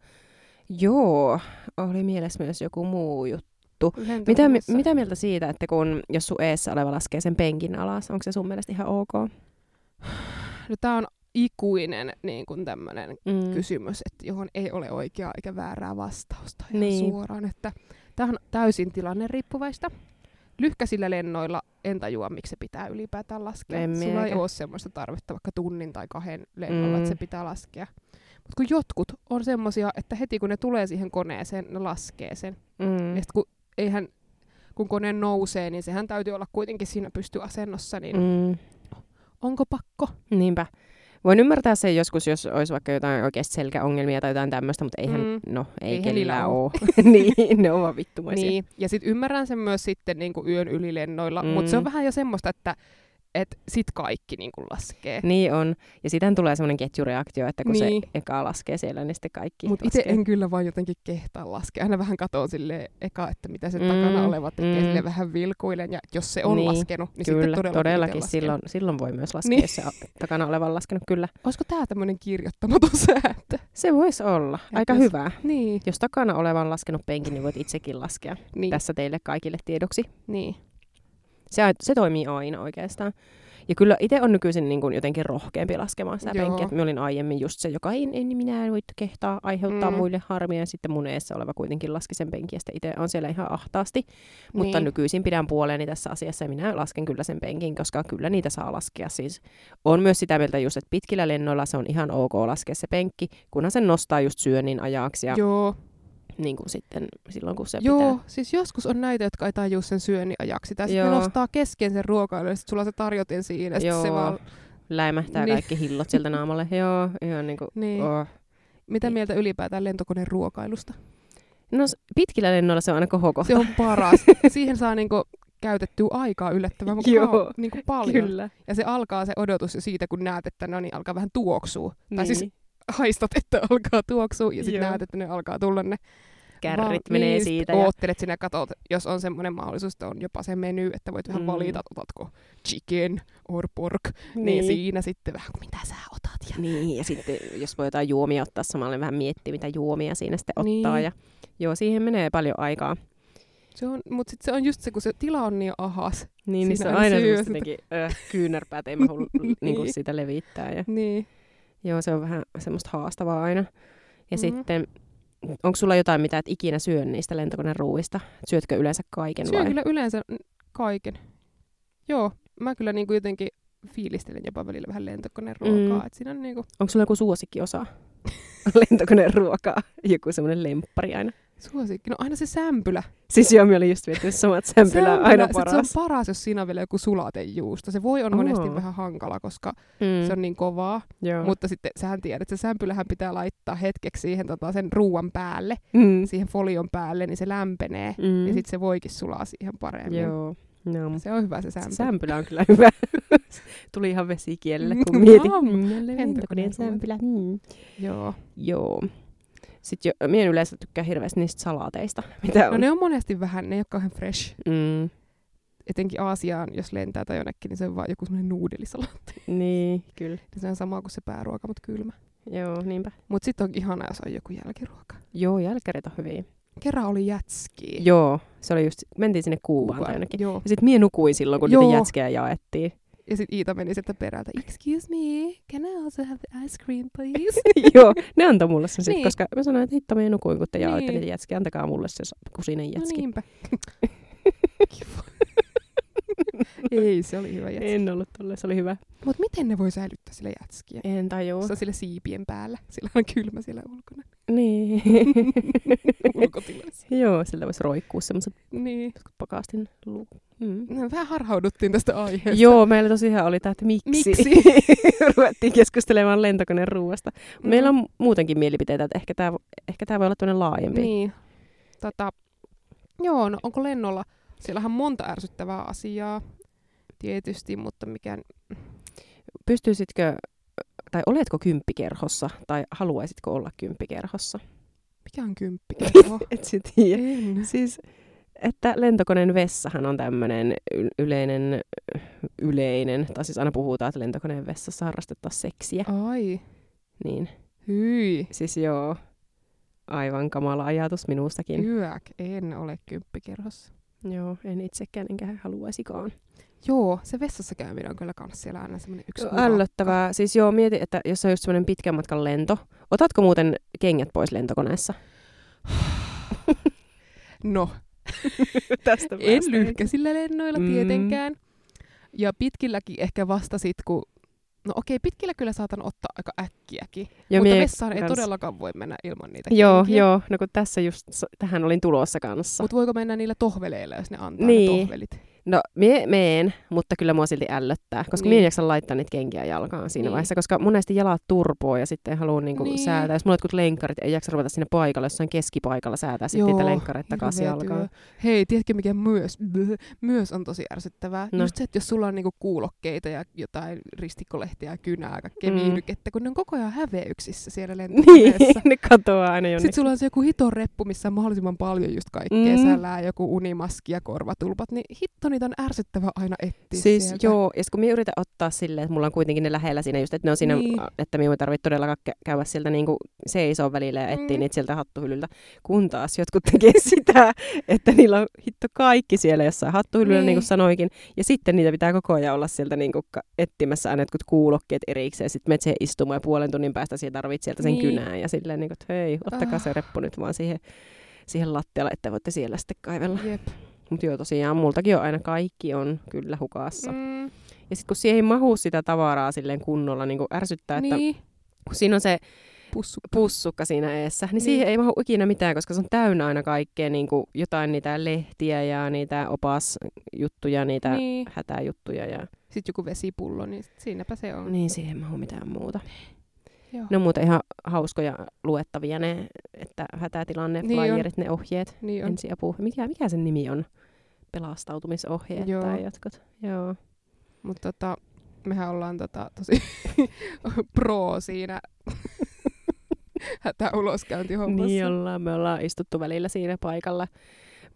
Speaker 1: Joo, oli mielessä myös joku muu juttu. Mitä, mi-
Speaker 2: Lentokoneessa.
Speaker 1: mitä mieltä siitä, että kun jos sun eessä oleva laskee sen penkin alas, onko se sun mielestä ihan ok?
Speaker 2: No, Tämä on ikuinen niin kuin tämmöinen
Speaker 1: Mm.
Speaker 2: kysymys, että johon ei ole oikeaa eikä väärää vastausta ihan
Speaker 1: Niin.
Speaker 2: suoraan. Että tämähän on täysin tilanne riippuvaista. Lyhkäisillä lennoilla en tajua, miksi se pitää ylipäätään laskea.
Speaker 1: En
Speaker 2: Sulla ei
Speaker 1: minäkään.
Speaker 2: ole semmoista tarvetta vaikka tunnin tai kahden lennolla,
Speaker 1: Mm.
Speaker 2: että se pitää laskea. Mutta kun jotkut on semmoisia, että heti kun ne tulee siihen koneeseen, ne laskee sen.
Speaker 1: Mm.
Speaker 2: Ja sit kun, eihän, kun kone nousee, niin sehän täytyy olla kuitenkin siinä pystyasennossa, niin mm.
Speaker 1: Mm.
Speaker 2: onko pakko?
Speaker 1: Niinpä. Voin ymmärtää sen joskus, jos olisi vaikka jotain oikeasti selkäongelmia tai jotain tämmöistä, mutta eihän,
Speaker 2: Mm.
Speaker 1: no, ei,
Speaker 2: Ei
Speaker 1: ei
Speaker 2: heillä
Speaker 1: kenellä
Speaker 2: oo.
Speaker 1: ole. niin, ne ovat vittumaisia.
Speaker 2: Niin, ja sitten ymmärrän sen myös sitten niinku yön ylilennoilla, mm. mutta se on
Speaker 1: Mm.
Speaker 2: vähän jo semmoista, että et sit kaikki niinku laskee.
Speaker 1: Niin on. Ja sitten tulee semmoinen ketjureaktio, että kun
Speaker 2: Niin.
Speaker 1: se eka laskee siellä, niin sitten kaikki
Speaker 2: Mutta itse
Speaker 1: laskee.
Speaker 2: en kyllä vaan jotenkin kehtaa laskea. Aina vähän katon sille eka, että mitä se mm.
Speaker 1: Mm,
Speaker 2: takana oleva tekee,
Speaker 1: mm.
Speaker 2: sille vähän vilkuilen. Ja jos se on niin.
Speaker 1: Niin,
Speaker 2: laskenut, niin
Speaker 1: Kyllä,
Speaker 2: sitten todellakin, itse
Speaker 1: todellakin
Speaker 2: lasken.
Speaker 1: silloin, silloin voi myös laskea,
Speaker 2: Niin.
Speaker 1: niin. jos se a- takana oleva on laskenut. Kyllä,
Speaker 2: Olisiko tämä tämmöinen kirjoittamaton sääntö?
Speaker 1: se voisi olla. Aika
Speaker 2: jos-
Speaker 1: hyvää.
Speaker 2: Niin.
Speaker 1: Jos takana oleva on laskenut penkin, niin voit itsekin laskea.
Speaker 2: Niin.
Speaker 1: Tässä teille kaikille tiedoksi.
Speaker 2: niin.
Speaker 1: Se, se toimii aina oikeastaan. Ja kyllä itse on nykyisin niin kuin jotenkin rohkeampi laskemaan sitä
Speaker 2: Joo.
Speaker 1: Joo. penkkiä. että Mä olin aiemmin just se, joka ei, ei minä en voi kehtaa aiheuttaa
Speaker 2: Mm.
Speaker 1: mm. muille harmia. Ja sitten mun eessä oleva kuitenkin laski sen penkin ja sitten itse on siellä ihan ahtaasti. Mutta
Speaker 2: niin.
Speaker 1: nykyisin pidän puoleeni tässä asiassa ja minä lasken kyllä sen penkin, koska kyllä niitä saa laskea. Siis on myös sitä mieltä just, että pitkillä lennoilla se on ihan ok laskea se penkki, kunhan sen nostaa just syönnin ajaksi ja
Speaker 2: Joo,
Speaker 1: niin kuin sitten silloin, kun se
Speaker 2: joo.
Speaker 1: pitää.
Speaker 2: siis joskus on näitä, jotka ei tajua sen syönnin ajaksi. Tai sitten
Speaker 1: Joo.
Speaker 2: nostaa kesken sen ruokailun, ja sit sulla on se tarjotin siinä, ja sit se
Speaker 1: Joo.
Speaker 2: vaan...
Speaker 1: Läimähtää
Speaker 2: Niin.
Speaker 1: niin. kaikki hillot sieltä naamalle. joo, ihan niin kuin,
Speaker 2: Niin.
Speaker 1: oh.
Speaker 2: Mitä
Speaker 1: Niin.
Speaker 2: mieltä ylipäätään lentokoneen ruokailusta?
Speaker 1: No s- pitkillä lennoilla se on aina kohokohta.
Speaker 2: Se on paras. Siihen saa niinku käytettyä aikaa yllättävän
Speaker 1: Joo.
Speaker 2: Joo. Niinku paljon. Kyllä. Ja se alkaa se odotus jo siitä, kun näet, että no niin, alkaa vähän tuoksua. Niin. Tai siis haistat, että alkaa tuoksua ja sitten
Speaker 1: Joo.
Speaker 2: näet, että ne alkaa tulla ne.
Speaker 1: Kärrit
Speaker 2: val-
Speaker 1: menee
Speaker 2: niin,
Speaker 1: siitä.
Speaker 2: Ja...
Speaker 1: Ja...
Speaker 2: Oottelet sinä katot, jos on semmoinen mahdollisuus, että on jopa se menu, että voit vähän mm.
Speaker 1: Mm.
Speaker 2: valita, että otatko chicken or pork. Niin. niin. siinä sitten vähän, mitä sä otat. Ja...
Speaker 1: Niin, ja sitten jos voi jotain juomia ottaa samalla, niin vähän miettiä, mitä juomia siinä sitten ottaa.
Speaker 2: Niin.
Speaker 1: Ja, joo, siihen menee paljon aikaa.
Speaker 2: Se on, mutta sitten se on just se, kun se tila on niin ahas.
Speaker 1: Niin, niin
Speaker 2: Siinä
Speaker 1: se on
Speaker 2: aina
Speaker 1: aina
Speaker 2: syö
Speaker 1: semmoista
Speaker 2: sitä.
Speaker 1: jotenkin äh, kyynärpäät, ei mä halua niinku
Speaker 2: Niin.
Speaker 1: sitä levittää. Ja,
Speaker 2: Niin.
Speaker 1: joo, se on vähän semmoista haastavaa aina. Ja
Speaker 2: Mhm.
Speaker 1: mm-hmm. sitten, onko sulla jotain, mitä et ikinä syö niistä lentokoneen ruuista? Syötkö yleensä kaiken
Speaker 2: Syön
Speaker 1: vai?
Speaker 2: kyllä yleensä n- kaiken. Joo, mä kyllä niinku jotenkin fiilistelen jopa välillä vähän lentokoneen ruokaa. Mm.
Speaker 1: Mm.
Speaker 2: Et siinä on niinku,
Speaker 1: Onko sulla joku suosikkiosa lentokoneen ruokaa? Joku semmoinen lemppari aina?
Speaker 2: suosikki. No aina se sämpylä.
Speaker 1: Siis joo, mä olin just miettinyt samaa, että sämpylä on aina
Speaker 2: Sämpylä, sit
Speaker 1: paras.
Speaker 2: Se on paras, jos siinä on vielä joku sulatejuusto. Se voi on
Speaker 1: Aa.
Speaker 2: monesti vähän hankala, koska mm. se on niin kovaa.
Speaker 1: joo.
Speaker 2: Mm. Mutta sitten sähän tiedät, että se sämpylähän pitää laittaa hetkeksi siihen tota, sen ruuan päälle,
Speaker 1: mm.
Speaker 2: siihen folion päälle, niin se lämpenee. Mm.
Speaker 1: Mm.
Speaker 2: Ja sitten se voikin sulaa siihen paremmin.
Speaker 1: Joo. No.
Speaker 2: Se on hyvä se
Speaker 1: Se
Speaker 2: sämpylä.
Speaker 1: Sämpylä on kyllä hyvä. Tuli ihan vesikielelle, kun
Speaker 2: Mm,
Speaker 1: mietin.
Speaker 2: joo.
Speaker 1: Mm, jälleen
Speaker 2: Lentokoneen
Speaker 1: Lentokoneen sämpylä. Mm.
Speaker 2: Joo.
Speaker 1: Joo. Sitten jo, minä en yleensä tykkää hirveästi niistä salaateista, mitä on.
Speaker 2: No ne on monesti vähän, ne ei ole kauhean fresh.
Speaker 1: Mm,
Speaker 2: Etenkin Aasiaan, jos lentää tai jonnekin, niin se on vaan joku semmoinen nuudelisalaatti.
Speaker 1: niin, kyllä.
Speaker 2: Se on sama kuin se pääruoka, mutta kylmä.
Speaker 1: Joo, niinpä.
Speaker 2: Mutta sitten on ihana, jos on joku jälkiruoka.
Speaker 1: Joo, jälkkärit on hyviä.
Speaker 2: Kerran oli jätski.
Speaker 1: Joo, se oli just, mentiin sinne Kuubaan tai jonnekin.
Speaker 2: Joo.
Speaker 1: Ja sitten minä nukuin silloin, kun niitä
Speaker 2: Joo.
Speaker 1: jätskejä jaettiin.
Speaker 2: Ja sitten Iita meni sieltä perältä. Excuse me, can I also have the ice cream, please?
Speaker 1: Joo, ne antoi mulle sen sitten,
Speaker 2: Niin.
Speaker 1: koska mä sanoin, että hitto, minä nukuin, kun te
Speaker 2: Niin.
Speaker 1: jaoitte niitä jätskejä. Antakaa mulle se s- kusinen
Speaker 2: no
Speaker 1: jätski.
Speaker 2: niinpä. Kiva. ei, se oli hyvä jätski.
Speaker 1: en ollut tolle, se oli hyvä.
Speaker 2: Mutta miten ne voi säilyttää sillä jätskiä?
Speaker 1: En tajua.
Speaker 2: Se on sillä siipien päällä. Sillä on kylmä siellä ulkona.
Speaker 1: Niin.
Speaker 2: Ulkotilassa.
Speaker 1: Joo, siltä voisi roikkua semmoiset
Speaker 2: niin.
Speaker 1: pakastin lu... Mm.
Speaker 2: No, Vähän harhauduttiin tästä aiheesta.
Speaker 1: Joo, meillä tosiaan oli tämä, että miksi,
Speaker 2: Miksi?
Speaker 1: ruvettiin keskustelemaan lentokoneen ruuasta.
Speaker 2: Mm.
Speaker 1: Meillä on muutenkin mielipiteitä, että ehkä tämä ehkä tää voi olla tämmöinen laajempi.
Speaker 2: Niin. Tota, joo, no onko lennolla? Siellähän on monta ärsyttävää asiaa tietysti, mutta mikä...
Speaker 1: Pystyisitkö, tai oletko kymppikerhossa, tai haluaisitko olla kymppikerhossa?
Speaker 2: Mikä on kymppikerho?
Speaker 1: Et sä tiedä.
Speaker 2: en.
Speaker 1: Siis, että lentokoneen vessahan on tämmöinen yleinen, yleinen, tai siis aina puhutaan, että lentokoneen vessassa harrastetaan seksiä,
Speaker 2: Ai,
Speaker 1: niin
Speaker 2: hyi.
Speaker 1: siis joo, aivan kamala ajatus minustakin.
Speaker 2: Yök, en ole kymppikerhossa.
Speaker 1: Joo, en itsekään enkä haluaisikaan.
Speaker 2: Joo, se vessassa käyminen on kyllä kans siellä aina semmoinen yksi
Speaker 1: Joo,
Speaker 2: urakka.
Speaker 1: Ällöttävää. Siis joo, mieti, että jos on just semmoinen pitkän matkan lento, otatko muuten kengät pois lentokoneessa?
Speaker 2: No,
Speaker 1: Tästä
Speaker 2: en lyhkäisillä lennoilla
Speaker 1: Mm.
Speaker 2: mm. tietenkään. Ja pitkilläkin ehkä vasta sit, kun... No okei, pitkillä kyllä saatan ottaa aika äkkiäkin.
Speaker 1: Ja
Speaker 2: mutta
Speaker 1: mie
Speaker 2: vessaan ei
Speaker 1: kans.
Speaker 2: todellakaan voi mennä ilman niitä
Speaker 1: Joo,
Speaker 2: kenkiä.
Speaker 1: joo. No kun tässä just s- tähän olin tulossa kanssa. Mut,
Speaker 2: Mutta voiko mennä niillä tohveleilla, jos ne antaa
Speaker 1: Niin.
Speaker 2: ne tohvelit?
Speaker 1: no mie meen, mutta kyllä mua silti ällöttää, koska niin.
Speaker 2: Niin.
Speaker 1: mie en jaksa laittaa niitä kenkiä jalkaan siinä niin.
Speaker 2: Niin.
Speaker 1: vaiheessa, koska monesti jalat turpoo ja sitten haluaa niinku niin.
Speaker 2: Niin.
Speaker 1: säätää. Jos mulla on jotkut lenkkarit, ei jaksa ruveta siinä paikalla, jossain keskipaikalla säätää sitten
Speaker 2: Joo,
Speaker 1: niitä lenkkareita takaisin
Speaker 2: Hirveä
Speaker 1: jalkaan.
Speaker 2: työ. Hei, tiedätkö mikä myös? Blö. Myös on tosi ärsyttävää.
Speaker 1: No.
Speaker 2: No. Just se, että jos sulla on niinku kuulokkeita ja jotain ristikkolehtiä ja kynää, kaikkea
Speaker 1: Mm.
Speaker 2: mm. viihdytettä, kun ne on koko ajan häveyksissä siellä
Speaker 1: Niin,
Speaker 2: lentokoneessa.
Speaker 1: ne katoaa aina
Speaker 2: Sitten
Speaker 1: jonnekin.
Speaker 2: sulla on se joku hiton reppu, missä on mahdollisimman paljon just kaikkea
Speaker 1: Mm.
Speaker 2: mm. sälää, joku unimaski ja korvatulpat, niin hitto niitä on ärsyttävä aina etsiä
Speaker 1: Siis
Speaker 2: sieltä.
Speaker 1: joo, ja sit kun minä yritän ottaa silleen, että mulla on kuitenkin ne lähellä siinä just, että ne on siinä, niin.
Speaker 2: Niin.
Speaker 1: että minun ei tarvitse todellakaan kä- käydä sieltä niin kuin seisoo välillä ja etsiä mm.
Speaker 2: Mm.
Speaker 1: niitä sieltä hattuhyllyltä, kun taas jotkut tekee sitä, että niillä on hitto kaikki siellä jossain hattuhyllyllä, niin, niin kuin
Speaker 2: Niin.
Speaker 1: sanoikin, ja sitten niitä pitää koko ajan olla sieltä niin kuin etsimässä aina jotkut kuulokkeet erikseen, sitten menet siihen istumaan ja puolen tunnin päästä siihen tarvitset sieltä sen niin.
Speaker 2: Niin.
Speaker 1: kynään ja silleen niin kuin, että hei, ottakaa
Speaker 2: Ah.
Speaker 1: se reppu nyt vaan siihen, siihen lattialle, että voitte siellä sitten kaivella.
Speaker 2: Jep.
Speaker 1: Mutta joo, tosiaan multakin on aina kaikki on kyllä hukassa.
Speaker 2: Mm,
Speaker 1: Ja sitten kun siihen ei mahu sitä tavaraa silleen kunnolla, niin kun ärsyttää, niin. että
Speaker 2: niin,
Speaker 1: kun siinä on se
Speaker 2: pussu.
Speaker 1: pussukka siinä eessä, niin, niin
Speaker 2: Niin.
Speaker 1: siihen ei mahu ikinä mitään, koska se on täynnä aina kaikkea niin kuin jotain niitä lehtiä ja niitä opasjuttuja, niitä niin.
Speaker 2: Niin.
Speaker 1: hätäjuttuja. Ja...
Speaker 2: Sitten joku vesipullo, niin sit siinäpä se on.
Speaker 1: Niin, siihen ei mahu mitään muuta.
Speaker 2: Joo.
Speaker 1: Ne on muuten ihan hauskoja luettavia ne, että hätätilanne, niin
Speaker 2: Niin on.
Speaker 1: flyerit, ne ohjeet,
Speaker 2: Niin on.
Speaker 1: ensiapu. Mikä, mikä sen nimi on? Pelastautumisohjeet Joo.
Speaker 2: Joo.
Speaker 1: tai jotkut. Joo.
Speaker 2: Mutta tota, mehän ollaan tota, tosi pro siinä hätäuloskäyntihommassa.
Speaker 1: Niin ollaan, me ollaan istuttu välillä siinä paikalla,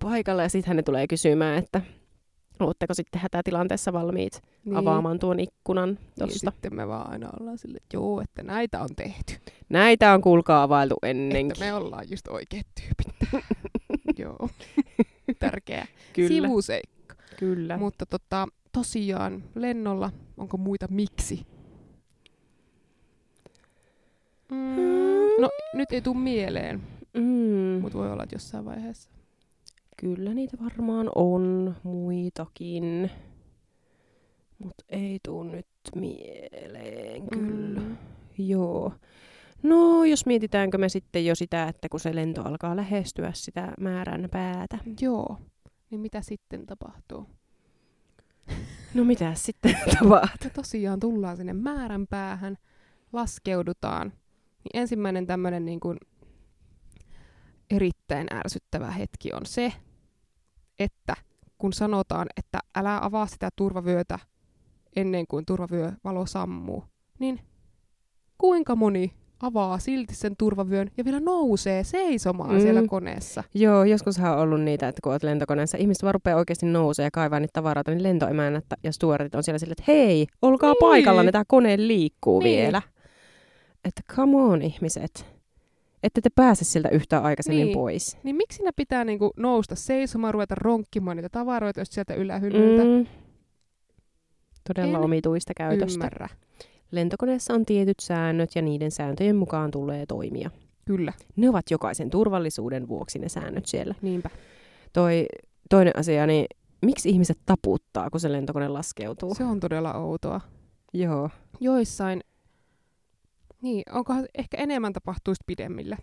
Speaker 1: paikalla ja sitten ne tulee kysymään, että oletteko sitten hätätilanteessa valmiit niin. avaamaan tuon ikkunan
Speaker 2: niin
Speaker 1: tuosta.
Speaker 2: sitten me vaan aina ollaan sille, että joo, että näitä on tehty.
Speaker 1: Näitä on kuulkaa availtu
Speaker 2: Että
Speaker 1: ennenkin.
Speaker 2: me ollaan just oikeat tyypit. joo. Tärkeä
Speaker 1: Kyllä,
Speaker 2: sivuseikka.
Speaker 1: kyllä. Mut.
Speaker 2: Mutta tota, tosiaan lennolla, onko muita miksi?
Speaker 1: Hmm.
Speaker 2: Mm. No nyt ei tule mieleen,
Speaker 1: Mm.
Speaker 2: mutta voi olla, että jossain vaiheessa.
Speaker 1: Kyllä niitä varmaan on muitakin, mutta ei tuu nyt mieleen kyllä.
Speaker 2: Mm.
Speaker 1: Joo. No, jos mietitäänkö me sitten jo sitä, että kun se lento alkaa lähestyä sitä määrän päätä,
Speaker 2: Joo. Niin mitä sitten tapahtuu?
Speaker 1: No mitä sitten tapahtuu?
Speaker 2: Ja tosiaan tullaan sinne määränpäähän, laskeudutaan. Niin ensimmäinen tämmöinen niin kuin erittäin ärsyttävä hetki on se, että kun sanotaan, että älä avaa sitä turvavyötä ennen kuin turvavyövalo sammuu, niin kuinka moni avaa silti sen turvavyön ja vielä nousee seisomaan
Speaker 1: Mm.
Speaker 2: mm. siellä koneessa.
Speaker 1: Joo, joskushan on ollut niitä, että kun olet lentokoneessa, ihmiset vaan rupeaa oikeasti nousee ja kaivaa niitä tavaroita, niin lentoemännät ja stuarit on siellä silleen, että hei, olkaa
Speaker 2: Niin.
Speaker 1: paikalla, ne tämä kone liikkuu
Speaker 2: Niin.
Speaker 1: vielä. Että come on ihmiset, ette te pääse sieltä yhtään aikaisemmin
Speaker 2: Niin.
Speaker 1: pois.
Speaker 2: Niin miksi ne pitää niinku nousta seisomaan, ruveta ronkkimaan niitä tavaroita just sieltä ylähyllyltä?
Speaker 1: Mm. Todella
Speaker 2: En
Speaker 1: omituista käytöstä.
Speaker 2: Ymmärrä.
Speaker 1: Lentokoneessa on tietyt säännöt ja niiden sääntöjen mukaan tulee toimia.
Speaker 2: Kyllä,
Speaker 1: Ne ovat jokaisen turvallisuuden vuoksi ne säännöt siellä.
Speaker 2: niinpä.
Speaker 1: Toi toinen asia, niin miksi ihmiset taputtaa, kun se lentokone laskeutuu?
Speaker 2: Se on todella outoa.
Speaker 1: Joo.
Speaker 2: Joissain, niin, onkohan ehkä enemmän tapahtuisi pidemmillä,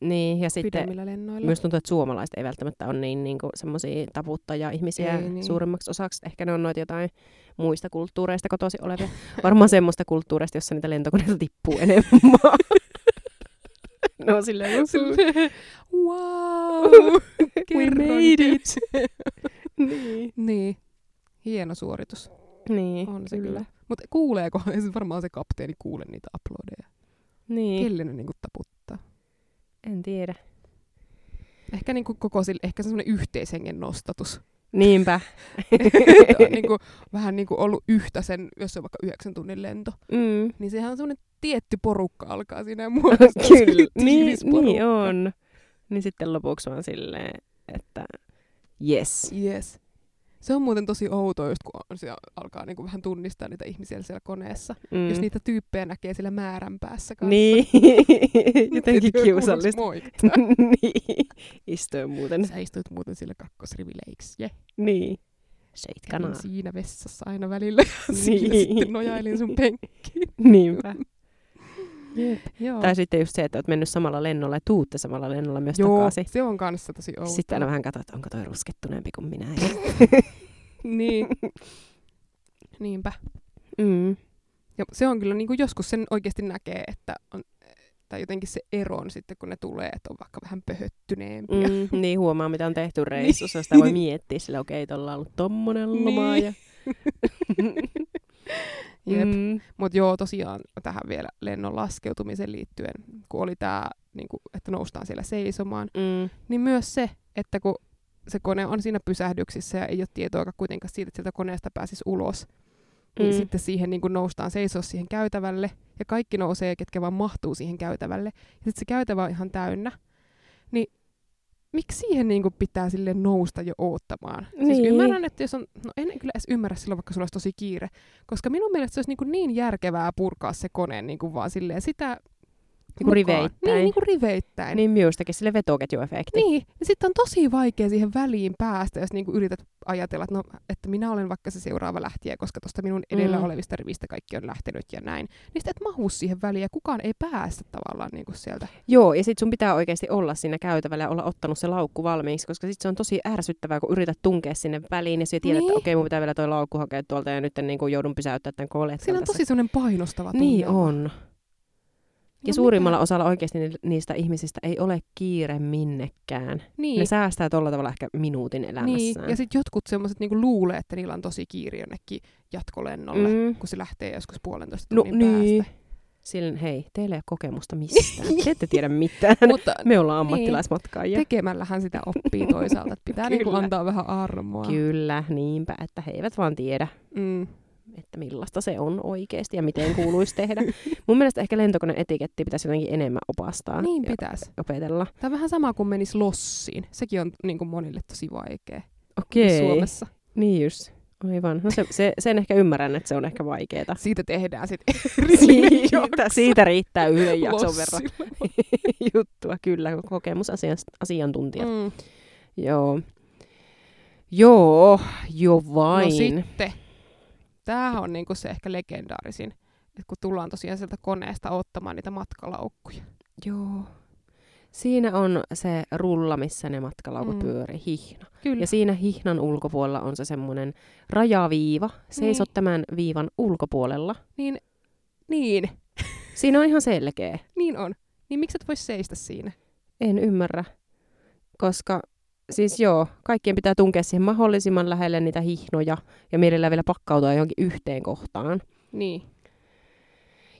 Speaker 1: Niin, ja sitten
Speaker 2: pidemmillä lennoilla.
Speaker 1: myös tuntuu, että suomalaiset ei välttämättä ole niin, niin semmoisia taputtaja-ihmisiä
Speaker 2: Ei niin.
Speaker 1: suurimmaksi osaksi. Ehkä ne on noita jotain muista kulttuureista kotosi olevia. Varmaan semmoista kulttuureista, jossa niitä lentokoneita tippuu enemmän. no silleen, just,
Speaker 2: Silleen, wow,
Speaker 1: we
Speaker 2: kerran.
Speaker 1: made it. niin.
Speaker 2: Niin, hieno suoritus.
Speaker 1: niin,
Speaker 2: On se kyllä. Mutta kuuleeko, ei se varmaan se kapteeni kuule niitä uploadeja.
Speaker 1: Niin,
Speaker 2: Kelle ne niinku taputtaa?
Speaker 1: en tiedä.
Speaker 2: Ehkä, niinku koko sille, ehkä semmoinen yhteishengen nostatus.
Speaker 1: Niinpä.
Speaker 2: Että on niinku, vähän niinku ollut yhtä sen, jos se on vaikka yhdeksän tunnin lento,
Speaker 1: mm.
Speaker 2: niin sehän on semmoinen tietty porukka alkaa siinä ja muodostaa
Speaker 1: Kyllä,
Speaker 2: semmoinen
Speaker 1: niin,
Speaker 2: tiivis
Speaker 1: niin
Speaker 2: porukka.
Speaker 1: on. Niin sitten lopuksi vaan silleen, että yes.
Speaker 2: Yes. Se on muuten tosi outoa, just kun on, se alkaa niinku vähän tunnistaa niitä ihmisiä siellä koneessa.
Speaker 1: Mm.
Speaker 2: Mm. Jos niitä tyyppejä näkee siellä määrän päässä kanssa.
Speaker 1: Niin, jotenkin
Speaker 2: Ei tiedä, kuuluuko
Speaker 1: kiusallista.
Speaker 2: moikata.
Speaker 1: niin, istuin muuten.
Speaker 2: Sä istuit muuten sillä kakkosrivileiks. Je.
Speaker 1: Niin. Seit kanaa.
Speaker 2: Kävin siinä vessassa aina välillä. Sillä
Speaker 1: Niin.
Speaker 2: sitten nojailin sun penkkiin.
Speaker 1: Niinpä. Jep.
Speaker 2: Joo.
Speaker 1: Niin. Tai sitten just se, että oot mennyt samalla lennolla ja tuutte samalla lennolla myös
Speaker 2: Joo,
Speaker 1: takaisin.
Speaker 2: se on kanssa tosi outoa.
Speaker 1: Sitten aina vähän katsoit, onko toi ruskettuneempi kuin minä. Ja-
Speaker 2: Niin. Niinpä.
Speaker 1: mm.
Speaker 2: Ja se on kyllä, niin kuin joskus sen oikeasti näkee, että on, tai jotenkin se eron sitten, kun ne tulee, että on vaikka vähän pöhöttyneempiä.
Speaker 1: Mm, niin huomaa, mitä on tehty reissussa. Sitä voi miettiä sillä, okei, okay, tuolla on ollut tommonen loma.
Speaker 2: Niin.
Speaker 1: Ja...
Speaker 2: Jep.
Speaker 1: Mm.
Speaker 2: Mutta joo, tosiaan tähän vielä lennon laskeutumiseen liittyen, kun oli tämä, niin että noustaan siellä seisomaan,
Speaker 1: Mm.
Speaker 2: niin myös se, että kun se kone on siinä pysähdyksissä ja ei ole tietoa kuitenkaan siitä, että sieltä koneesta pääsisi ulos, niin
Speaker 1: Mm.
Speaker 2: sitten siihen niin kuin noustaan seisoa siihen käytävälle ja kaikki nousee, ketkä vaan mahtuu siihen käytävälle. Ja sitten se käytävä on ihan täynnä. Niin miksi siihen niin kuin pitää sille nousta jo oottamaan?
Speaker 1: Niin.
Speaker 2: Siis ymmärrän, että jos on, no en kyllä edes ymmärrä silloin, vaikka sulla olisi tosi kiire, koska minun mielestä se olisi niin, kuin niin järkevää purkaa se kone niin kuin vaan silleen sitä
Speaker 1: kuin
Speaker 2: mukaan.
Speaker 1: Niinku riveittäin.
Speaker 2: Niin, niin kuin riveittäin.
Speaker 1: Niin minustakin sille vetoketjuefekti.
Speaker 2: Niin, ja sitten on tosi vaikea siihen väliin päästä, jos niinku yrität ajatella, että, no, että minä olen vaikka se seuraava lähtijä, koska tuosta minun edellä
Speaker 1: Mm.
Speaker 2: mm. olevista rivistä kaikki on lähtenyt ja näin. Niin sitten et mahu siihen väliin ja kukaan ei päästä tavallaan niinku sieltä.
Speaker 1: Joo, ja sit sun pitää oikeasti olla siinä käytävällä ja olla ottanut se laukku valmiiksi, koska sit se on tosi ärsyttävää, kun yrität tunkea sinne väliin ja sä tiedät, että
Speaker 2: Niin.
Speaker 1: okei, mun pitää vielä toi laukku hakea tuolta ja nyt niin kuin joudun pysäyttämään tämän koletkan
Speaker 2: Siinä on
Speaker 1: tässä.
Speaker 2: tosi semmoinen painostava tunne.
Speaker 1: Niin on. Ja
Speaker 2: No
Speaker 1: suurimmalla osalla oikeasti ni- niistä ihmisistä ei ole kiire minnekään.
Speaker 2: mitä?
Speaker 1: Niin. Ne
Speaker 2: Niin,
Speaker 1: säästää tolla tavalla ehkä minuutin
Speaker 2: niin.
Speaker 1: elämässään.
Speaker 2: ja sitten jotkut semmoiset niinku luulee, että niillä on tosi kiire jonnekin jatkolennolle,
Speaker 1: Mm.
Speaker 2: mm. kun se lähtee joskus puolentoista
Speaker 1: no
Speaker 2: tunnin
Speaker 1: niin.
Speaker 2: päästä.
Speaker 1: Silloin, hei, teillä ei ole kokemusta mistään. Te ette tiedä mitään.
Speaker 2: Mutta
Speaker 1: Me ollaan
Speaker 2: niin.
Speaker 1: ammattilaismatkaajia.
Speaker 2: tekemällähän sitä oppii toisaalta, että pitää niinku
Speaker 1: Kyllä.
Speaker 2: antaa vähän armoa.
Speaker 1: Kyllä, niinpä, että he eivät vaan tiedä.
Speaker 2: Mm.
Speaker 1: että millaista se on oikeasti ja miten kuuluisi tehdä. Mun mielestä ehkä lentokoneen etiketti pitäisi jotenkin enemmän opastaa
Speaker 2: Niin
Speaker 1: ja
Speaker 2: pitäisi.
Speaker 1: opetella.
Speaker 2: Tämä on vähän sama kuin menisi lossiin. Sekin on niin kuin monille tosi vaikea
Speaker 1: Okei,
Speaker 2: Suomessa.
Speaker 1: niin just. Aivan. No se, se, sen ehkä ymmärrän, että se on ehkä vaikeeta.
Speaker 2: Siitä tehdään sitten erillinen
Speaker 1: Siitä, siitä riittää yhden
Speaker 2: jakso
Speaker 1: jakson verran
Speaker 2: lossilla.
Speaker 1: juttua, kyllä, kokemusasiantuntijat. Mm.
Speaker 2: Mm.
Speaker 1: Joo. Joo, jo vain.
Speaker 2: No sitten, tämähän on niin kuin se ehkä legendaarisin, että kun tullaan tosiaan sieltä koneesta ottamaan niitä matkalaukkuja.
Speaker 1: Joo. Siinä on se rulla, missä ne matkalaukut
Speaker 2: Mm.
Speaker 1: mm. pyörii, hihna.
Speaker 2: Kyllä.
Speaker 1: Ja siinä hihnan ulkopuolella on se semmoinen rajaviiva. Seisot
Speaker 2: Niin.
Speaker 1: tämän viivan ulkopuolella.
Speaker 2: Niin, niin,
Speaker 1: Siinä on ihan selkeä.
Speaker 2: niin on. Niin miksi et voi seistä siinä?
Speaker 1: En ymmärrä. Koska siis joo, kaikkien pitää tunkea siihen mahdollisimman lähelle niitä hihnoja ja mielellään vielä pakkautua johonkin yhteen kohtaan.
Speaker 2: Niin.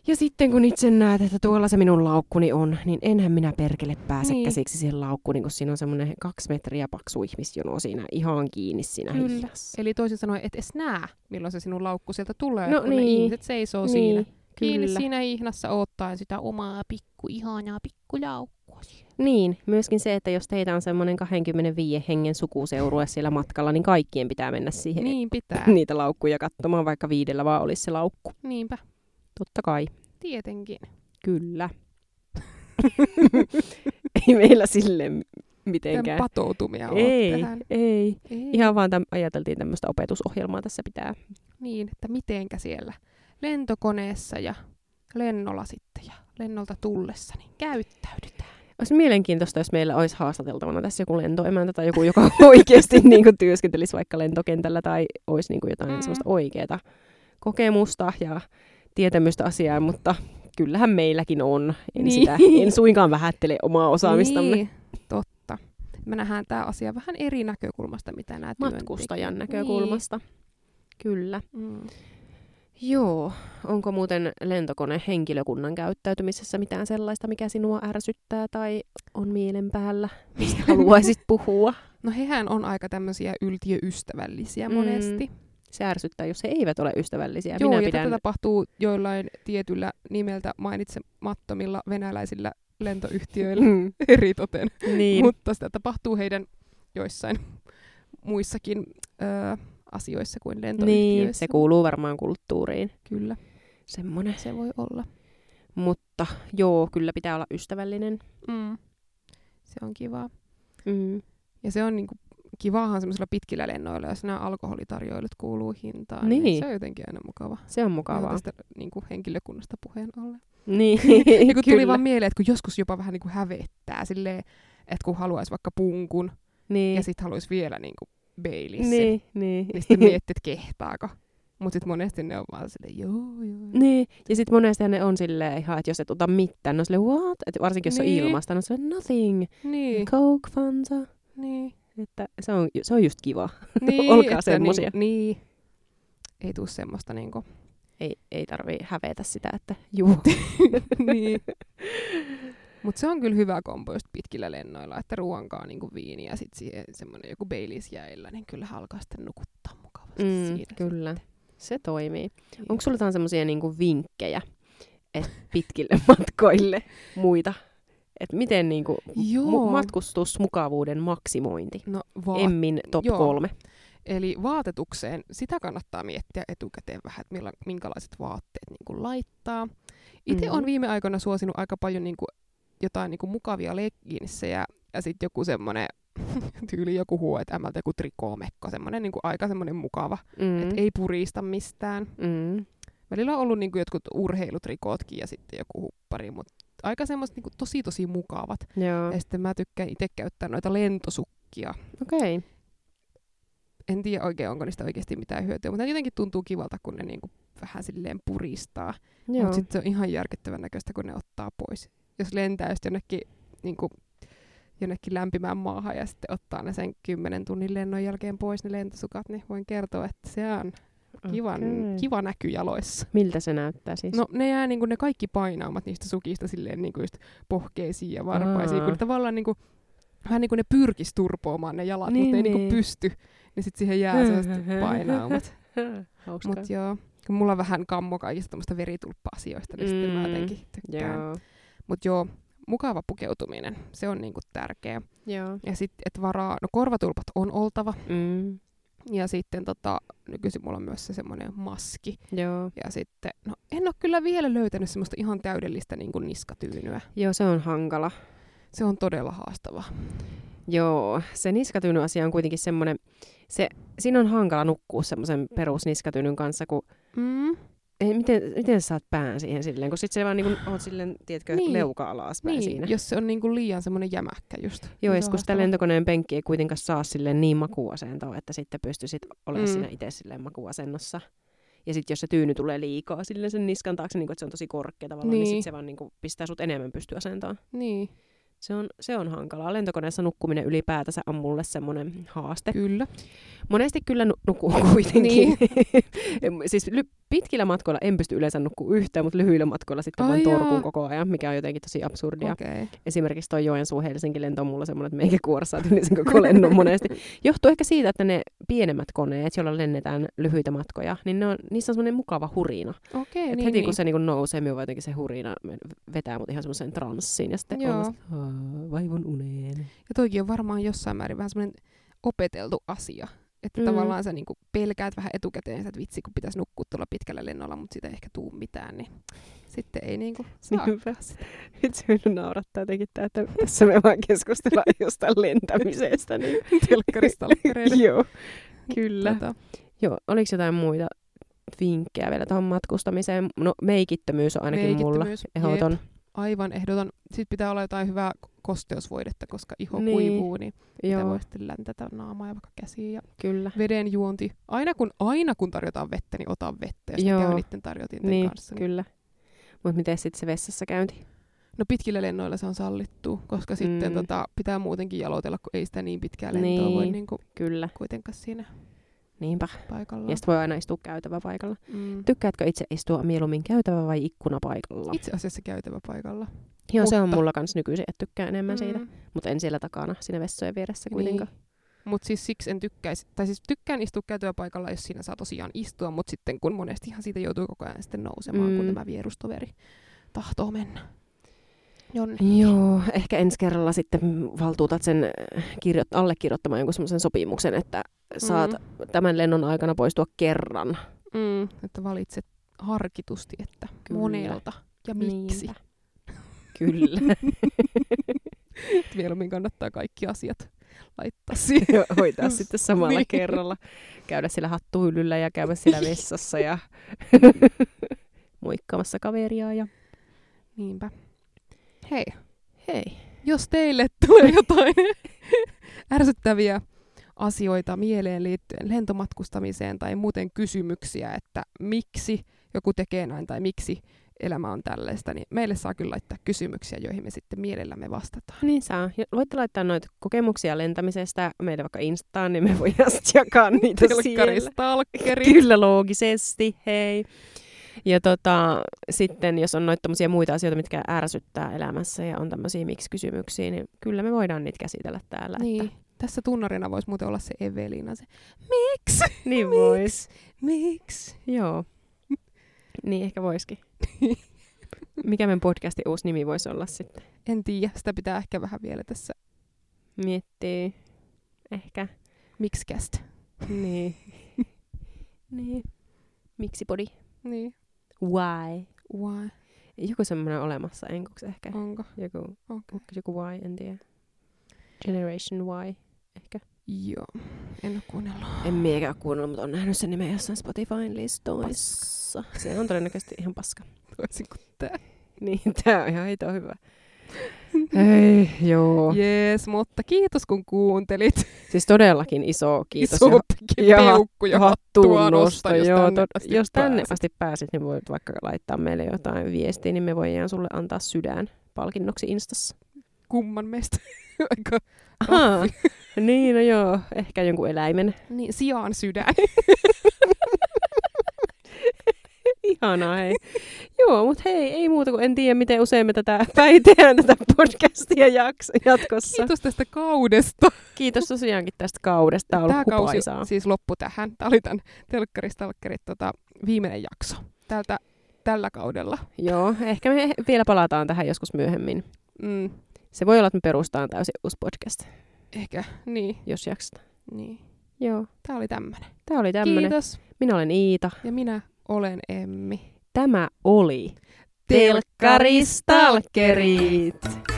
Speaker 1: Ja sitten kun itse näet, että tuolla se minun laukkuni on, niin enhän minä perkele pääse
Speaker 2: Niin.
Speaker 1: niin. käsiksi siihen laukkuun, kun siinä on semmoinen kaksi metriä paksu ihmisjono siinä ihan kiinni siinä
Speaker 2: Kyllä.
Speaker 1: hiljassa.
Speaker 2: Eli toisin sanoen et edes näe, milloin se sinun laukku sieltä tulee,
Speaker 1: No
Speaker 2: kun ne
Speaker 1: niin.
Speaker 2: ihmiset seisoo siinä. Kiinni
Speaker 1: kyllä.
Speaker 2: siinä hihnassa ottaen sitä omaa pikku, ihanaa pikkujaukkua siellä.
Speaker 1: Niin, myöskin se, että jos teitä on semmoinen 25 hengen sukuseurue siellä matkalla, niin kaikkien pitää mennä siihen
Speaker 2: Niin pitää.
Speaker 1: niitä laukkuja katsomaan, vaikka viidellä vaan olisi se laukku.
Speaker 2: Niinpä,
Speaker 1: Totta kai,
Speaker 2: tietenkin.
Speaker 1: kyllä. Ei meillä sille
Speaker 2: Tämän
Speaker 1: mitenkään.
Speaker 2: patoutumia on
Speaker 1: ei,
Speaker 2: tähän. Niin.
Speaker 1: ei.
Speaker 2: Ei.
Speaker 1: Ihan vaan täm, ajateltiin tämmöistä opetusohjelmaa tässä pitää.
Speaker 2: Niin, että mitenkä siellä lentokoneessa ja lennolla sitten ja lennolta tullessa, niin käyttäydytään.
Speaker 1: Olisi mielenkiintoista, jos meillä olisi haastateltavana tässä joku lentoemäntä tai joku, joka oikeasti niin kuin, työskentelisi vaikka lentokentällä tai olisi niin kuin, jotain
Speaker 2: Mm.
Speaker 1: mm. sellaista oikeaa kokemusta ja tietämystä asiaa, mutta kyllähän meilläkin on. En,
Speaker 2: Niin.
Speaker 1: niin. sitä, en suinkaan vähättele omaa osaamistamme.
Speaker 2: Niin, totta. Me nähdään tämä asia vähän eri näkökulmasta, mitä nämä
Speaker 1: Matkustajan
Speaker 2: työntekijät-
Speaker 1: näkökulmasta. Niin. Kyllä.
Speaker 2: Niin. Mm.
Speaker 1: Joo. Onko muuten lentokone henkilökunnan käyttäytymisessä mitään sellaista, mikä sinua ärsyttää tai on mielen päällä, mistä haluaisit puhua?
Speaker 2: No hehän on aika tämmöisiä yltiöystävällisiä mm.
Speaker 1: Mm.
Speaker 2: monesti.
Speaker 1: se ärsyttää, jos he eivät ole ystävällisiä.
Speaker 2: Joo,
Speaker 1: Minä
Speaker 2: ja
Speaker 1: pidän...
Speaker 2: tätä tapahtuu joillain tietyllä nimeltä mainitsemattomilla venäläisillä lentoyhtiöillä
Speaker 1: Mm,
Speaker 2: eritoten.
Speaker 1: niin.
Speaker 2: Mutta sitä tapahtuu heidän joissain muissakin ö, asioissa kuin lentoyhtiöissä.
Speaker 1: niin, se kuuluu varmaan kulttuuriin.
Speaker 2: Kyllä,
Speaker 1: Semmoinen.
Speaker 2: se voi olla.
Speaker 1: Mutta joo, kyllä pitää olla ystävällinen.
Speaker 2: Mm. Se on kivaa.
Speaker 1: Mm.
Speaker 2: Ja se on niinku kivaahan semmoisilla pitkillä lennoilla, jos nämä alkoholitarjoilut kuuluu hintaan.
Speaker 1: Niin.
Speaker 2: Se on jotenkin aina mukava.
Speaker 1: Se on mukavaa.
Speaker 2: Tästä niinku henkilökunnasta puheen ollen.
Speaker 1: Niin,
Speaker 2: Ja kun tuli
Speaker 1: kyllä.
Speaker 2: vaan mieleen, että kun joskus jopa vähän niinku hävettää silleen, että kun haluaisi vaikka punkun
Speaker 1: niin.
Speaker 2: ja sitten haluaisi vielä niinku beilissin, niin.
Speaker 1: niin, niin.
Speaker 2: niin sitten miettii, että kehtaako. Mutta sitten monesti ne on vaan silleen, joo, joo.
Speaker 1: Niin, ja sitten monestihan ne on silleen ihan, että jos et ota mitään, no silleen what? Et varsinkin jos
Speaker 2: Niin.
Speaker 1: on ilmasta, no se on nothing.
Speaker 2: Niin,
Speaker 1: Coke, Fanta.
Speaker 2: niin.
Speaker 1: Että se on, se on just kiva.
Speaker 2: niin
Speaker 1: No, Olkaa
Speaker 2: että
Speaker 1: semmosia.
Speaker 2: Niinku, niin. Ei tuu semmoista niinku.
Speaker 1: Ei, ei tarvii hävetä sitä, että juu.
Speaker 2: niin. Mutta se on kyllä hyvä kombo just pitkillä lennoilla, että ruoankaa niinku viini ja sitten siihen semmoinen joku Baileys jäillä, niin kyllä alkaa sitten nukuttaa mukavasti
Speaker 1: Mm,
Speaker 2: siinä.
Speaker 1: kyllä. Se toimii.
Speaker 2: sitten.
Speaker 1: Onko sulla jotain semmoisia niinku vinkkejä et pitkille matkoille muita? Et miten niinku
Speaker 2: Joo.
Speaker 1: mu- matkustusmukavuuden maksimointi?
Speaker 2: no, vaat-
Speaker 1: Emmin top
Speaker 2: joo.
Speaker 1: kolme.
Speaker 2: Eli vaatetukseen, sitä kannattaa miettiä etukäteen vähän, että milla, minkälaiset vaatteet niin kuin laittaa. Itse mm.
Speaker 1: Mm.
Speaker 2: on viime aikoina suosinut aika paljon niin kuin, jotain niin kuin mukavia legginsejä ja sitten joku semmoinen tyyli joku H&Mltä joku trikoomekko, semmoinen niin kuin aika semmoinen mukava, mm.
Speaker 1: Mm.
Speaker 2: että ei purista mistään.
Speaker 1: Mm.
Speaker 2: Välillä on ollut niin kuin jotkut urheilutrikootkin ja sitten joku huppari, mutta aika semmoiset niin kuin, tosi tosi mukavat.
Speaker 1: Joo,
Speaker 2: Ja sitten mä tykkään itse käyttää noita lentosukkia
Speaker 1: okei. Okay.
Speaker 2: en tiedä oikein, onko niistä oikeasti mitään hyötyä, mutta ne jotenkin tuntuu kivalta, kun ne niinku vähän silleen puristaa.
Speaker 1: Joo.
Speaker 2: Mutta sitten se on ihan järkyttävän näköistä, kun ne ottaa pois. Jos lentää just jonnekin, niinku, jonnekin lämpimään maahan ja sitten ottaa ne sen 10 tunnin lennon jälkeen pois ne lentosukat, niin voin kertoa, että se on kivan,
Speaker 1: Okei.
Speaker 2: kiva näky jaloissa.
Speaker 1: Miltä se näyttää siis?
Speaker 2: No ne jää niinku, ne kaikki painaumat niistä sukista silleen niinku just pohkeisiin ja varpaisiin, kun
Speaker 1: Aa.
Speaker 2: ne tavallaan niinku, vähän niin kuin ne pyrkis turpoamaan ne jalat, niin,
Speaker 1: Niin,
Speaker 2: mutta ne ei niin.
Speaker 1: niin.
Speaker 2: niinku pysty. Niin sitten siihen jää sellaiset painaumat.
Speaker 1: Hauskaa.
Speaker 2: Mut joo, kun mulla on vähän kammo kaikista tämmöistä veritulppa-asioista, niin mm. sitten mä
Speaker 1: Mm.
Speaker 2: jotenkin tykkään.
Speaker 1: Joo.
Speaker 2: Mut joo, mukava pukeutuminen, se on niinku tärkeä.
Speaker 1: Joo.
Speaker 2: Ja sitten, että varaa, no korvatulpat on oltava.
Speaker 1: Mm.
Speaker 2: Ja sitten tota, nykyisin mulla on myös se semmoinen maski.
Speaker 1: Joo.
Speaker 2: Ja sitten, no en ole kyllä vielä löytänyt semmoista ihan täydellistä niinku niskatyynyä.
Speaker 1: Joo, se on hankala.
Speaker 2: Se on todella haastavaa.
Speaker 1: Joo, se niskatyynyn asia on kuitenkin semmoinen, se, siinä on hankala nukkua semmoisen perusniskatyynyn kanssa, kun
Speaker 2: Mm.
Speaker 1: ei, miten, miten sä saat pään siihen silleen, kun sit se vaan niinku, oot silleen, tiedätkö,
Speaker 2: Niin.
Speaker 1: niin. leuka alaspäin
Speaker 2: Niin,
Speaker 1: siinä.
Speaker 2: jos se on niinku liian semmoinen jämäkkä just. niin se
Speaker 1: Joo,
Speaker 2: on
Speaker 1: ja sit kun sitä
Speaker 2: haastavaa.
Speaker 1: lentokoneen penkki ei kuitenkaan saa silleen niin makuasentoa, että sitten pystyisit olemaan
Speaker 2: Mm.
Speaker 1: mm. siinä itse silleen makuasennossa. Ja sitten jos se tyyny tulee liikaa silleen sen niskan taakse, niin kun, että se on tosi korkea tavallaan, niin,
Speaker 2: Niin.
Speaker 1: sit se vaan niin kun, pistää sut enemmän pystyasentoon.
Speaker 2: Niin,
Speaker 1: Se on, se on hankalaa. Lentokoneessa nukkuminen ylipäätänsä on mulle semmoinen haaste.
Speaker 2: Kyllä.
Speaker 1: Monesti kyllä nu- nukkuu kuitenkin.
Speaker 2: Niin.
Speaker 1: Em, siis ly- pitkillä matkoilla en pysty yleensä nukkuu yhtään, mutta lyhyillä matkoilla sitten vaan
Speaker 2: Ai jaa.
Speaker 1: torkuun koko ajan, mikä on jotenkin tosi absurdia.
Speaker 2: Okei. Okay.
Speaker 1: Esimerkiksi toi Joensuu Helsinki lento on mulla semmoinen, että meikä kuorsaa sen koko lennon monesti. Johtuu ehkä siitä, että ne pienemmät koneet, joilla lennetään lyhyitä matkoja, niin ne on, niissä on semmoinen mukava hurina.
Speaker 2: Okei,
Speaker 1: Et
Speaker 2: niin,
Speaker 1: heti
Speaker 2: niin.
Speaker 1: kun se niinku nousee, minua jotenkin se hurina vetää mut ihan semmoiseen transsiin ja sitten
Speaker 2: Joo.
Speaker 1: on vasta, "Aa, vaivon uneen.
Speaker 2: Ja toikin on varmaan jossain määrin vähän semmoinen opeteltu asia. Että
Speaker 1: Mm.
Speaker 2: mm. tavallaan sä niinku pelkäät vähän etukäteen sitä, että vitsi kun pitäisi nukkua tuolla pitkällä lennolla, mutta siitä ei ehkä tuu mitään, niin sitten ei niinku saa.
Speaker 1: Niinpä. Vitsi, minun naurattaa jotenkin tää, että tässä me vaan keskustellaan jostain lentämisestä. Niin.
Speaker 2: Telkkaristalkkareille.
Speaker 1: Joo, kyllä.
Speaker 2: Tota,
Speaker 1: Joo, oliko jotain muita vinkkejä vielä tuohon matkustamiseen? No meikittömyys on ainakin mulla
Speaker 2: meikittömyys, jep,
Speaker 1: ehdoton.
Speaker 2: Aivan ehdoton. Sitten pitää olla jotain hyvää kosteusvoidetta, koska iho
Speaker 1: Niin.
Speaker 2: niin. kuivuu, niin Joo.
Speaker 1: Joo,
Speaker 2: voi sitten läntätä naamaa ja vaikka käsiä ja
Speaker 1: kyllä.
Speaker 2: veden juonti. Aina kun, aina kun tarjotaan vettä, niin ota vettä ja sitten
Speaker 1: Joo.
Speaker 2: käy niiden tarjotinten
Speaker 1: Niin,
Speaker 2: kanssa. Niin.
Speaker 1: kyllä. Mutta miten sitten se vessassa käynti?
Speaker 2: No pitkillä lennoilla se on sallittu, koska mm. sitten
Speaker 1: Mm.
Speaker 2: tota, pitää muutenkin jalotella, kun ei sitä niin pitkää lentoa niin. voi
Speaker 1: Niin.
Speaker 2: niinku
Speaker 1: Kyllä,
Speaker 2: kuitenkaan siinä
Speaker 1: niinpä.
Speaker 2: paikallaan.
Speaker 1: Ja sitten voi aina istua käytävä paikalla.
Speaker 2: Mm.
Speaker 1: Tykkäätkö itse istua mieluummin käytävä vai ikkuna paikalla?
Speaker 2: Itse asiassa käytävä paikalla. Mm.
Speaker 1: Joo, se on
Speaker 2: mutta-
Speaker 1: mulla kans nykyisin, että tykkään enemmän siitä. Mutta en siellä takana, siinä vessojen vieressä kuitenkaan.
Speaker 2: Niin. Mutta siis siksi en tykkäisi, tai siis tykkään istua käytyä paikalla, jos siinä saa tosiaan istua, mutta sitten kun monestihan siitä joutuu koko ajan sitten nousemaan, mm. kun
Speaker 1: Mm.
Speaker 2: tämä vierustoveri tahtoo mennä. Jonne.
Speaker 1: Joo, ehkä ensi kerralla sitten valtuutat sen äh, kirjo- allekirjoittamaan jonkun semmoisen sopimuksen, että saat
Speaker 2: Mm.
Speaker 1: tämän lennon aikana poistua kerran.
Speaker 2: Mm, että valitset harkitusti, että
Speaker 1: Kyllä.
Speaker 2: Kyllä. monelta ja miksi.
Speaker 1: Niinpä. Kyllä.
Speaker 2: Että Mieluummin kannattaa kaikki asiat laittaa siihen.
Speaker 1: Ja hoitaa sitten samalla
Speaker 2: Niin.
Speaker 1: kerralla. Käydä sillä hattuhyllyllä ja käydä sillä vessassa ja moikkaamassa kaveria. Ja...
Speaker 2: Niinpä. Hei,
Speaker 1: Hei.
Speaker 2: jos teille tulee jotain ärsyttäviä asioita mieleen liittyen lentomatkustamiseen tai muuten kysymyksiä, että miksi joku tekee näin tai miksi elämä on tällaista, niin meille saa kyllä laittaa kysymyksiä, joihin me sitten mielellämme vastataan.
Speaker 1: Niin saa. Ja Voitte laittaa noita kokemuksia lentämisestä meidän vaikka Instaan, niin me voidaan sitten jakaa niitä siellä.
Speaker 2: Telkkaristalkkeri.
Speaker 1: Kyllä loogisesti, hei. Ja tota, sitten jos on noita tommosia muita asioita, mitkä ärsyttää elämässä ja on tämmöisiä miksi-kysymyksiä, niin kyllä me voidaan niitä käsitellä täällä.
Speaker 2: Niin.
Speaker 1: Että,
Speaker 2: Tässä tunnarina voisi muuten olla se Evelina, se miksi,
Speaker 1: niin vois.
Speaker 2: miksi.
Speaker 1: Joo. Niin ehkä voisikin. Mikä meidän podcastin uusi nimi voisi olla sitten?
Speaker 2: En tiedä, sitä pitää ehkä vähän vielä tässä
Speaker 1: Miettii. Ehkä.
Speaker 2: miksikästä.
Speaker 1: Niin. niin. Miksi podi?
Speaker 2: Niin.
Speaker 1: Why?
Speaker 2: Why?
Speaker 1: Joku semmoinen olemassa enkuks ehkä.
Speaker 2: Onko?
Speaker 1: Joku,
Speaker 2: Okei.
Speaker 1: joku why, en tiedä. Generation Y, ehkä.
Speaker 2: Joo. En ole kuunnellut.
Speaker 1: En miekään ole kuunnellut, mutta on nähnyt sen nimen jossain Spotifyn listoissa. Se on todennäköisesti ihan paska.
Speaker 2: Toisin kuin
Speaker 1: Niin, tää on ihan hito hyvä. Hei, joo.
Speaker 2: Jees, mutta kiitos kun kuuntelit.
Speaker 1: Siis todellakin iso kiitos.
Speaker 2: Iso
Speaker 1: ja-
Speaker 2: ja peukku ja hattua
Speaker 1: tunnusta,
Speaker 2: nosta, jos
Speaker 1: joo,
Speaker 2: tänne
Speaker 1: tod-
Speaker 2: asti
Speaker 1: jos tänne
Speaker 2: pääsit.
Speaker 1: asti pääsit, niin voit vaikka laittaa meille jotain viestiä, niin me voidaan sulle antaa sydän palkinnoksi Instassa.
Speaker 2: kumman meistä. Aika
Speaker 1: Ahaa, niin, no joo, ehkä jonkun eläimen.
Speaker 2: niin, sijaan sydän.
Speaker 1: Ihanaa, hei. Joo, mutta hei, ei muuta kuin en tiedä, miten usein me tätä päitään tätä podcastia jaks- jatkossa. Kiitos.
Speaker 2: Kiitos tästä kaudesta.
Speaker 1: Kiitos tosiaankin tästä kaudesta. Tämä on
Speaker 2: Tämä
Speaker 1: ollut
Speaker 2: kausi
Speaker 1: hupaisaa.
Speaker 2: siis loppu tähän. Tämä oli tämän telkkaristalkkerit tota, viimeinen jakso tältä, tällä kaudella.
Speaker 1: Joo, ehkä me vielä palataan tähän joskus myöhemmin.
Speaker 2: Mm,
Speaker 1: Se voi olla, että me perustaan täysin uusi podcast,
Speaker 2: ehkä, niin.
Speaker 1: jos jaksetaan.
Speaker 2: niin.
Speaker 1: Joo,
Speaker 2: Tämä oli tämmöinen.
Speaker 1: tämä oli tämmöinen.
Speaker 2: Kiitos.
Speaker 1: Minä olen Iita.
Speaker 2: Ja minä olen Emmi.
Speaker 1: Tämä oli Telkkaristalkerit.